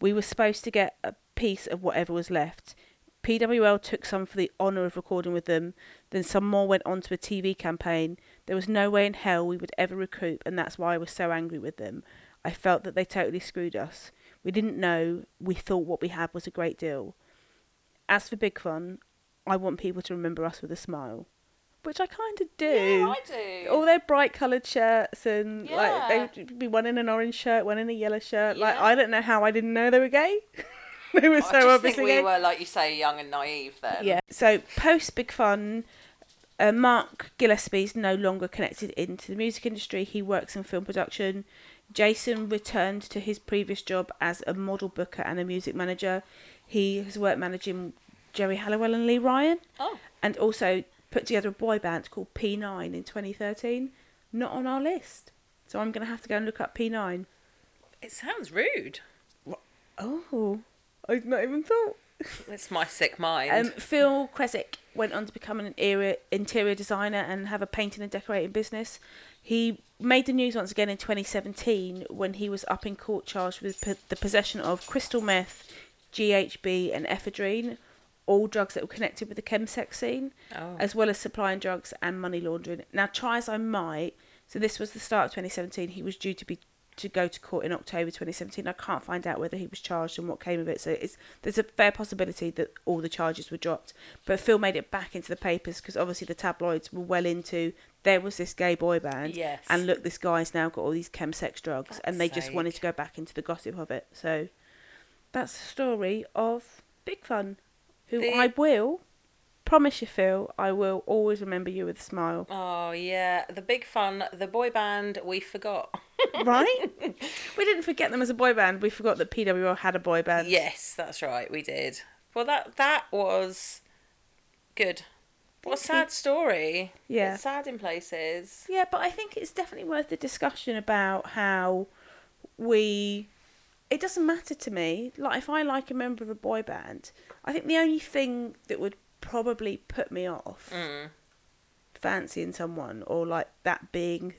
C: We were supposed to get a piece of whatever was left. PWL took some for the honour of recording with them, then some more went on to a TV campaign. There was no way in hell we would ever recoup, and that's why I was so angry with them. I felt that they totally screwed us. We didn't know, we thought what we had was a great deal. As for Big Fun, I want people to remember us with a smile, which I kind of do
B: Yeah, I do.
C: all their bright coloured shirts and
B: Yeah.
C: like they'd be one in an orange shirt, one in a yellow shirt. Like
B: Yeah.
C: I don't know how I didn't know they were gay. *laughs* they were
B: I
C: so
B: just
C: obviously
B: think we
C: gay.
B: were, like you say, young and naive then.
C: Yeah. So post Big Fun, uh, Mark Gillespie's no longer connected into the music industry. He works in film production. Jason returned to his previous job as a model booker and a music manager. He has worked managing Jerry Halliwell and Lee Ryan
B: Oh.
C: and also put together a boy band called P9 in 2013. Not on our list. So I'm going to have to go and look up P9.
B: It sounds rude.
C: Oh, I've not even thought.
B: It's my sick mind.
C: Um, Phil Kresik went on to become an interior, interior designer and have a painting and decorating business. He made the news once again in 2017 when he was up in court charged with po- the possession of crystal meth, GHB, and ephedrine, all drugs that were connected with the chemsex scene,
B: Oh.
C: as well as supplying drugs and money laundering. Now, try as I might, so this was the start of 2017. He was due to be to go to court in October 2017. I can't find out whether he was charged and what came of it. So it's there's a fair possibility that all the charges were dropped. But Phil made it back into the papers because obviously the tabloids were well into there was this gay boy band.
B: Yes.
C: And look, this guy's now got all these chemsex drugs, and they just
B: sake.
C: wanted to go back into the gossip of it. So that's the story of Big Fun, who
B: The-
C: I will promise you, Phil, I will always remember you with a smile.
B: Oh yeah, the big fun, the boy band we forgot.
C: right? We didn't forget them as a boy band. We forgot that PWR had a boy band.
B: yes, that's right, we did. Well, that that was good. What a sad story.
C: Yeah.
B: It's sad in places.
C: Yeah, but I think it's definitely worth the discussion about how we. It doesn't matter to me. Like, if I like a member of a boy band, I think the only thing that would probably put me off fancying someone or like that being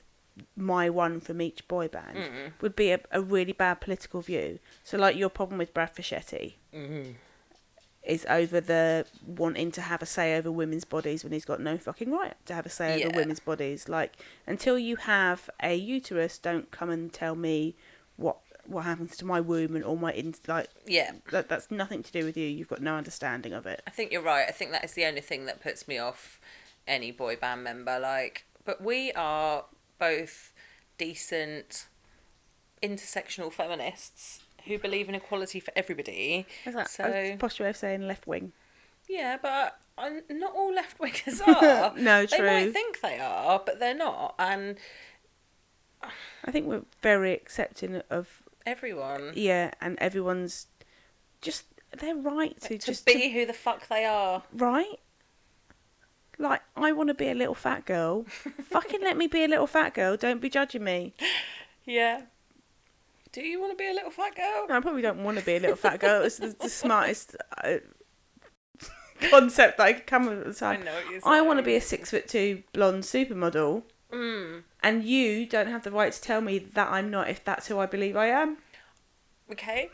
C: my one from each boy band
B: Mm-hmm.
C: would be a, a really bad political view. So, like, your problem with Brad Fischetti.
B: Mm-hmm.
C: Is over the wanting to have a say over women's bodies when he's got no fucking right to have a say over
B: Yeah.
C: women's bodies. Like until you have a uterus, don't come and tell me what what happens to my womb and all my in like
B: Yeah,
C: that, that's nothing to do with you. You've got no understanding of it.
B: I think you're right. I think that is the only thing that puts me off any boy band member. Like, but we are both decent intersectional feminists who believe in equality for everybody.
C: Is that
B: so
C: a posture way of saying left wing?
B: Yeah, but uh, not all left wingers
C: *laughs*
B: are.
C: No,
B: They might
C: true.
B: think they are, but they're not. And
C: I think we're very accepting of
B: everyone
C: yeah, and everyone's just their right to,
B: to
C: just
B: be who the fuck they are.
C: right? Like, I want to be a little
B: *laughs*
C: fat girl. Fucking let me be a little fat girl. Don't be judging me.
B: Yeah. Do you want to be a little fat girl?
C: No, I probably don't want to be a little fat girl. It's the, the smartest uh, *laughs* concept that I could come up with at the
B: I
C: time.
B: know what you're
C: I want to
B: saying.
C: be a six foot two blonde supermodel,
B: Mm.
C: and you don't have the right to tell me that I'm not if that's who I believe I am. *laughs*
B: Okay.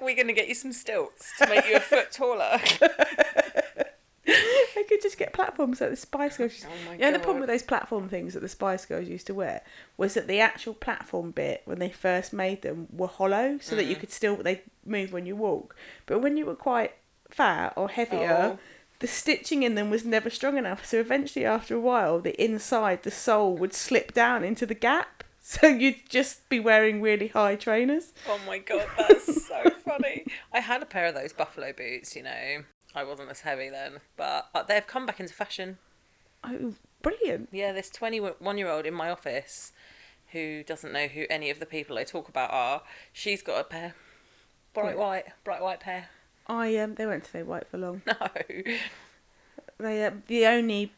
B: We're gonna get you some stilts to make you a foot
C: *laughs*
B: taller.
C: I could just get platforms like the Spice Girls. Used...
B: Oh my
C: you know, the problem
B: God.
C: with those platform things that the Spice Girls used to wear was that the actual platform bit when they first made them were hollow, so that
B: Mm.
C: you could still they move when you walk. But when you were quite fat or heavier.
B: Oh.
C: The stitching in them was never strong enough, so eventually, after a while, the inside, the sole would slip down into the gap. *laughs* So you'd just be wearing really high trainers.
B: Oh my god, that's so funny. I had a pair of those buffalo boots. You know, I wasn't as heavy then, but uh, they've come back into fashion.
C: Oh, brilliant!
B: Yeah, this 21 year old in my office who doesn't know who any of the people I talk about are, she's got a pair. Bright white, bright white pair. *laughs*
C: I um, they won't stay white for long.
B: No.
C: They uh, the only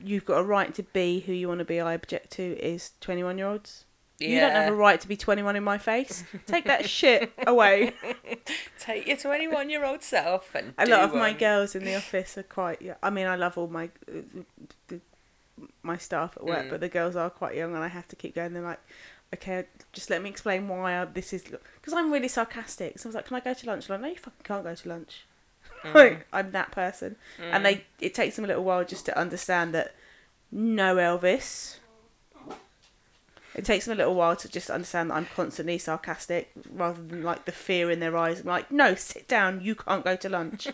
C: you've got a right to be who you want to be. I object to is twenty one year olds. You don't have a
B: Yeah.
C: right to be twenty one in my face. Take that shit away. *laughs*
B: Take your 21 year old self and.
C: A
B: do
C: lot of my
B: one.
C: girls in the office are quite. Yeah, I mean, I love all my uh, the, my staff at work,
B: Mm.
C: but the girls are quite young, and I have to keep going. They're like, "Okay, just let me explain why I, this is." Because I'm really sarcastic. So I was like, "Can I go to lunch?" They're Like, no, you fucking can't go to lunch. *laughs*
B: Mm.
C: like, I'm that person, and they. It takes them a little while just to understand that. No, Elvis. It takes them a little while to just understand that I'm constantly sarcastic rather than like the fear in their eyes. I'm like, no, sit down, you can't go
B: *laughs*
C: to lunch.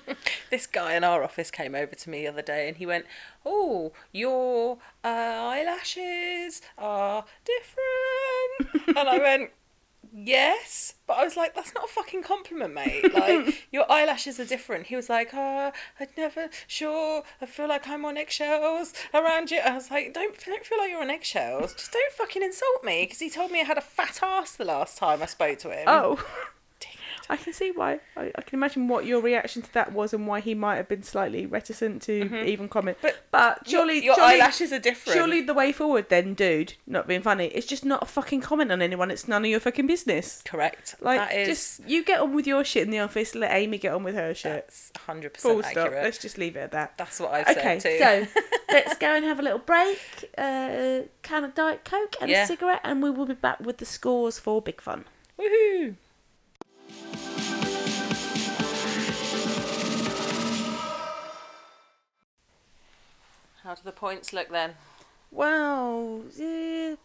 B: This guy in our office came over to me the other day and he went, Oh, your uh, eyelashes are
C: *laughs*
B: different. and I went, Yes, but I was like, that's not a fucking compliment, mate.
C: *laughs*
B: Like, your eyelashes are different. He was like, uh, I'd never, sure, I feel like I'm on eggshells around you. I was like, don't, don't feel like you're on eggshells. Just don't fucking insult me because he told me I had a fat ass the last time I spoke to him. *laughs*
C: oh. I can see why. I, I can imagine what your reaction to that was and why he might have been slightly reticent to even comment.
B: Mm-hmm. But-
C: surely,
B: your
C: surely,
B: eyelashes are different.
C: surely the way forward then, dude, not being funny, it's just not a fucking comment on anyone. It's none of your fucking business.
B: correct.
C: Like,
B: that is
C: just you get on with your shit in the office. Let Amy get on with her shit.
B: That's 100%
C: Full
B: accurate.
C: stop. Let's just leave it at that.
B: That's what I've
C: okay,
B: said too. *laughs*
C: so let's go and have a little break, uh, can of Diet Coke and
B: Yeah.
C: a cigarette, and we will be back with the scores for Big Fun.
B: Woohoo! How do the points look then?
C: Well, yeah,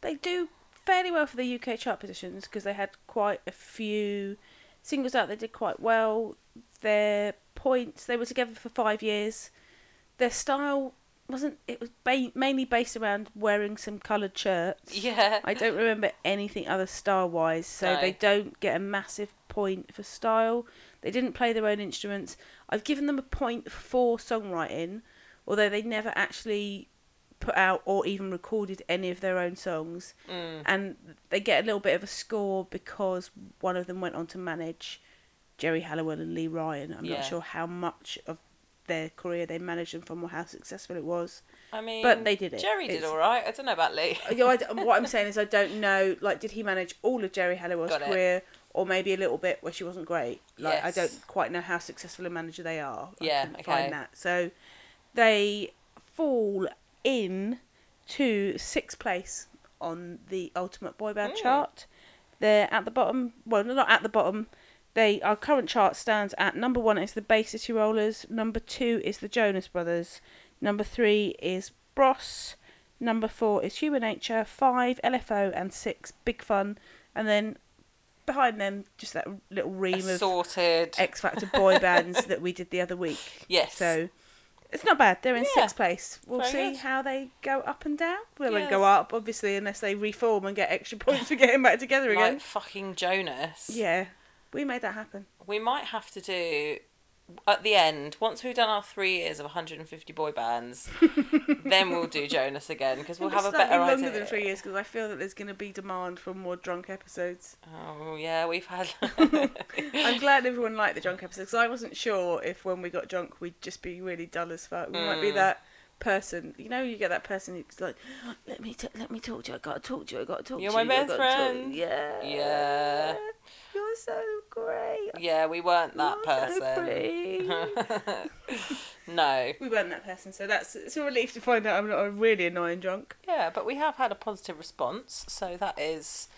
C: they do fairly well for the UK chart positions because they had quite a few singles out. They did quite well. Their points, they were together for five years. Their style wasn't. It was ba- mainly based around wearing some coloured shirts.
B: Yeah.
C: *laughs* I don't remember anything other style wise, so
B: No.
C: they don't get a massive point for style. They didn't play their own instruments. I've given them a point for songwriting, although they never actually put out or even recorded any of their own songs.
B: Mm.
C: And they get a little bit of a score because one of them went on to manage Jerry Halliwell and Lee Ryan. I'm
B: Yeah.
C: not sure how much of their career they managed and from how successful it was.
B: I mean,
C: they did it.
B: Jerry did
C: It's-
B: all right. I don't know about Lee.
C: You know, I d what I'm saying is I don't know. Like, did he manage all of Jerry Halliwell's
B: Got it.
C: career, or maybe a little bit where she wasn't great? Like, I
B: Yes.
C: don't quite know how successful a manager they are. I
B: Yeah,
C: couldn't
B: okay.
C: Find that. So they fall in to sixth place on the Ultimate Boy Band
B: Hmm.
C: chart. They're at the bottom. Well, not at the bottom. They our current chart stands at number one is the Bay City Rollers. Number two is the Jonas Brothers. Number three is Bros. Number four is Human Nature. Five LFO and six Big Fun. And then behind them, just that little ream of
B: Sorted.
C: X Factor
B: *laughs*
C: boy bands that we did the other week.
B: Yes.
C: So it's not bad. They're in
B: Yeah.
C: sixth place. We'll
B: Very
C: see
B: good.
C: how they go up and down. Well, they
B: Yes.
C: go up, obviously, unless they reform and get extra points for getting back together again.
B: *laughs* Like fucking Jonas.
C: Yeah, we made that happen.
B: We might have to do at the end once we've done our three years of 150 boy
C: *laughs*
B: bands, then we'll do Jonas again because we'll have a
C: Slightly
B: better
C: longer
B: idea.
C: than three years because I feel that there's going to be demand for more
B: *laughs*
C: drunk episodes.
B: Oh yeah, we've had.
C: *laughs* I'm glad everyone liked the drunk episodes. 'cause I wasn't sure if when we got drunk we'd just be really dull as fuck. We might
B: Mm.
C: be that person. You know, you get that person who's like, "Let me, t- let me talk to you. I gotta talk to you. I gotta talk
B: You're
C: to
B: my
C: you. I
B: best
C: gotta talk to you."
B: friend. *laughs*
C: Yeah.
B: yeah,
C: You're so great.
B: yeah, we weren't that
C: You're so
B: person.
C: pretty.
B: *laughs* no.
C: we weren't that person, so that's it's a relief to find out I'm not a really annoying drunk.
B: Yeah, but we have had a positive response, so that is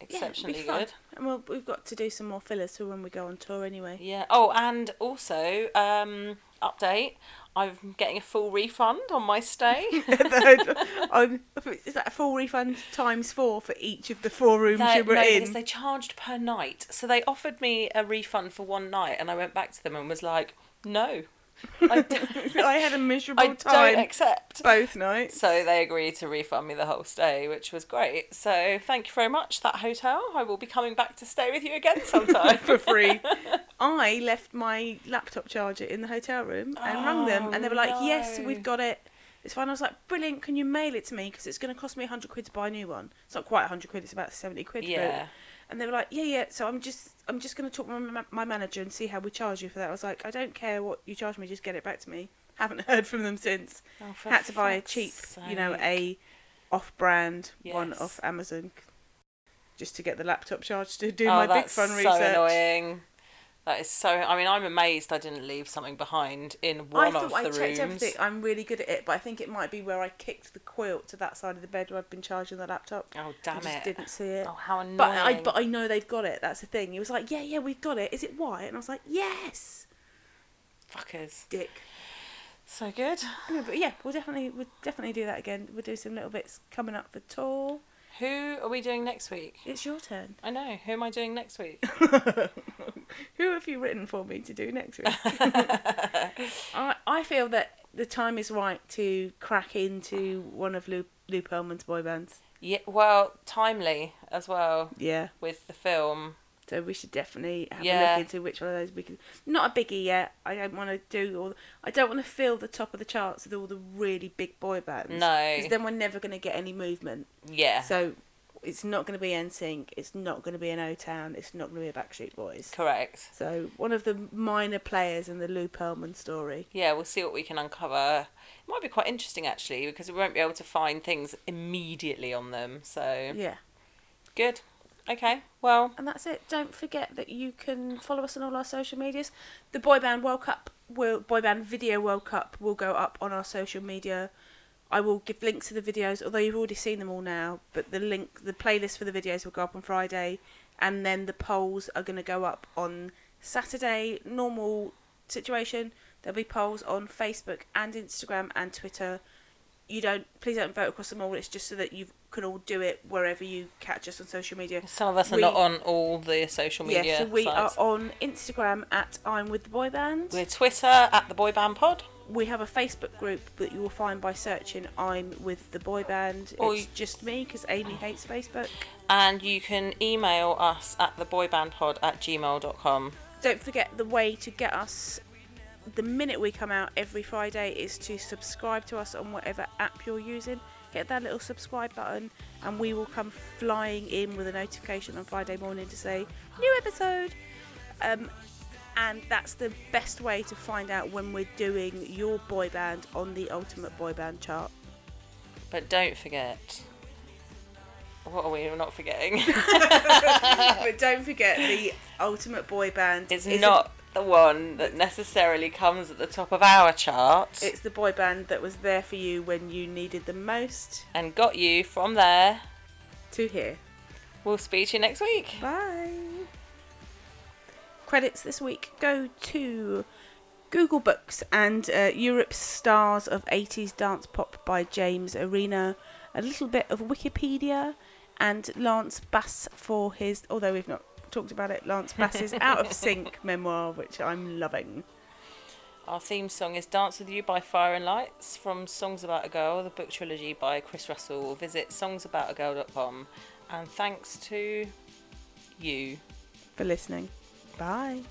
C: it'd be
B: exceptionally
C: fun.
B: good.
C: And we'll, we've got to do some more fillers for when we go on tour anyway.
B: Yeah. Oh, and also, um, update. I'm getting a full refund on my
C: *laughs*
B: stay.
C: Um, is that a full refund times four for each of the four rooms
B: They-
C: you were
B: no,
C: in?
B: because they charged per night. So they offered me a refund for one night, and I went back to them and was like, "No, I don't,
C: *laughs* I had a
B: *laughs*
C: miserable
B: I
C: time
B: don't accept."
C: both nights.
B: So they agreed to refund me the whole stay, which was great. So thank you very much, that hotel. I will be coming back to stay with you
C: *laughs*
B: again sometime *laughs*
C: for free. I left my laptop charger in the hotel room and rang them, and they were like, "Yes,
B: Oh, no.
C: we've got it. It's fine." I was like, "Brilliant! Can you mail it to me? Because it's going to cost me hundred quid to buy a new one. It's not quite hundred quid. It's about seventy quid." but-"
B: Yeah.
C: And they were like, "Yeah, yeah." So I'm just, I'm just going to talk to my, ma- my manager and see how we charge you for that. I was like, "I don't care what you charge me. Just get it back to me." *laughs* Haven't heard from them since.
B: Oh, for
C: Had to buy a
B: fuck's
C: cheap, you know,
B: sake.
C: a off-brand one
B: Yes.
C: off Amazon. Just to get the laptop charged to
B: *laughs*
C: do
B: oh,
C: my big
B: that's
C: fun
B: so
C: research.
B: annoying. That is so. I mean, I'm amazed I didn't leave something behind in one
C: I
B: of
C: thought
B: the
C: I checked
B: rooms.
C: everything. I'm really good at it, but I think it might be where I kicked the quilt to that side of the bed where I've been charging the laptop.
B: Oh damn
C: I just
B: it!
C: didn't see it.
B: Oh how annoying!
C: but I but I know they've got it. That's the thing. He was like, "Yeah, yeah, we've got it. Is it white?" And I was like, "Yes,
B: Fuckers.
C: dick."
B: So good.
C: No, but yeah, we'll definitely we'll definitely do that again. We'll do some little bits coming up for tour.
B: Who are we doing next week?
C: It's your
B: *laughs*
C: turn.
B: I know. Who am I doing next week? *laughs*
C: Who have you written for me to do
B: *laughs*
C: next week? I I feel that the time is right to crack into one of Lou Lou Pearlman's boy bands.
B: yeah. Well, timely as well
C: Yeah.
B: with the film.
C: So we should definitely have
B: Yeah.
C: a look into which one of those we can. Not a biggie yet. I don't want to do all. I don't want to fill the top of the charts with all the really big boy bands.
B: No.
C: Because then we're never going to get any movement.
B: Yeah.
C: So it's not going to be NSYNC. It's not going to be an O Town. It's not going to be a Backstreet Boys.
B: correct.
C: So one of the minor players in the Lou Pearlman story.
B: Yeah, we'll see what we can uncover. It might be quite interesting actually because we won't be able to find things immediately on them. So
C: Yeah.
B: good. Okay. Well,
C: And that's it. Don't forget that you can follow us on all our social medias. The Boy Band World Cup will Boy Band Video World Cup will go up on our social media. I will give links to the videos, although you've already seen them all now, but the link the playlist for the videos will go up on Friday and then the polls are gonna go up on Saturday, normal situation. There'll be polls on Facebook and Instagram and Twitter. You don't please don't vote across them all. It's just so that you can all do it wherever you catch us on social media.
B: Some of us are
C: We-
B: not on all the social media.
C: Yeah, so we
B: sites.
C: are on Instagram at I'm with the boy band.
B: We're Twitter at the Boy Band Pod.
C: we have a Facebook group that you will find by searching "I'm with the boy band."
B: Or
C: it's
B: you-
C: just me because Amy hates Facebook.
B: And you can email us at theboybandpod at gmail.com.
C: Don't forget the way to get us the minute we come out every Friday is to subscribe to us on whatever app you're using. Get that little subscribe button, and we will come flying in with a notification on Friday morning to say new episode. Um, and that's the best way to find out when we're doing your boy band on the Ultimate Boy
B: *laughs*
C: Band chart.
B: But don't forget. What are we not forgetting?
C: but don't forget the ultimate boy band.
B: It's
C: *laughs* is a-
B: not the one that necessarily comes at the top of our chart
C: it's the boy band that was there for you when you needed them most.
B: and got you from there.
C: To here.
B: We'll speak to you next week.
C: Bye. Credits this week go to Google Books and uh, Europe's Stars of 80s Dance Pop by James Arena, a little bit of Wikipedia, and Lance Bass for his, although we've not talked about it, Lance Bass's Out of Sync memoir, which I'm loving.
B: Our theme song is Dance With You by Fire and Lights from Songs About a Girl, the book trilogy by Chris Russell. Visit songsaboutagirl.com. And thanks to you.
C: for listening. Bye.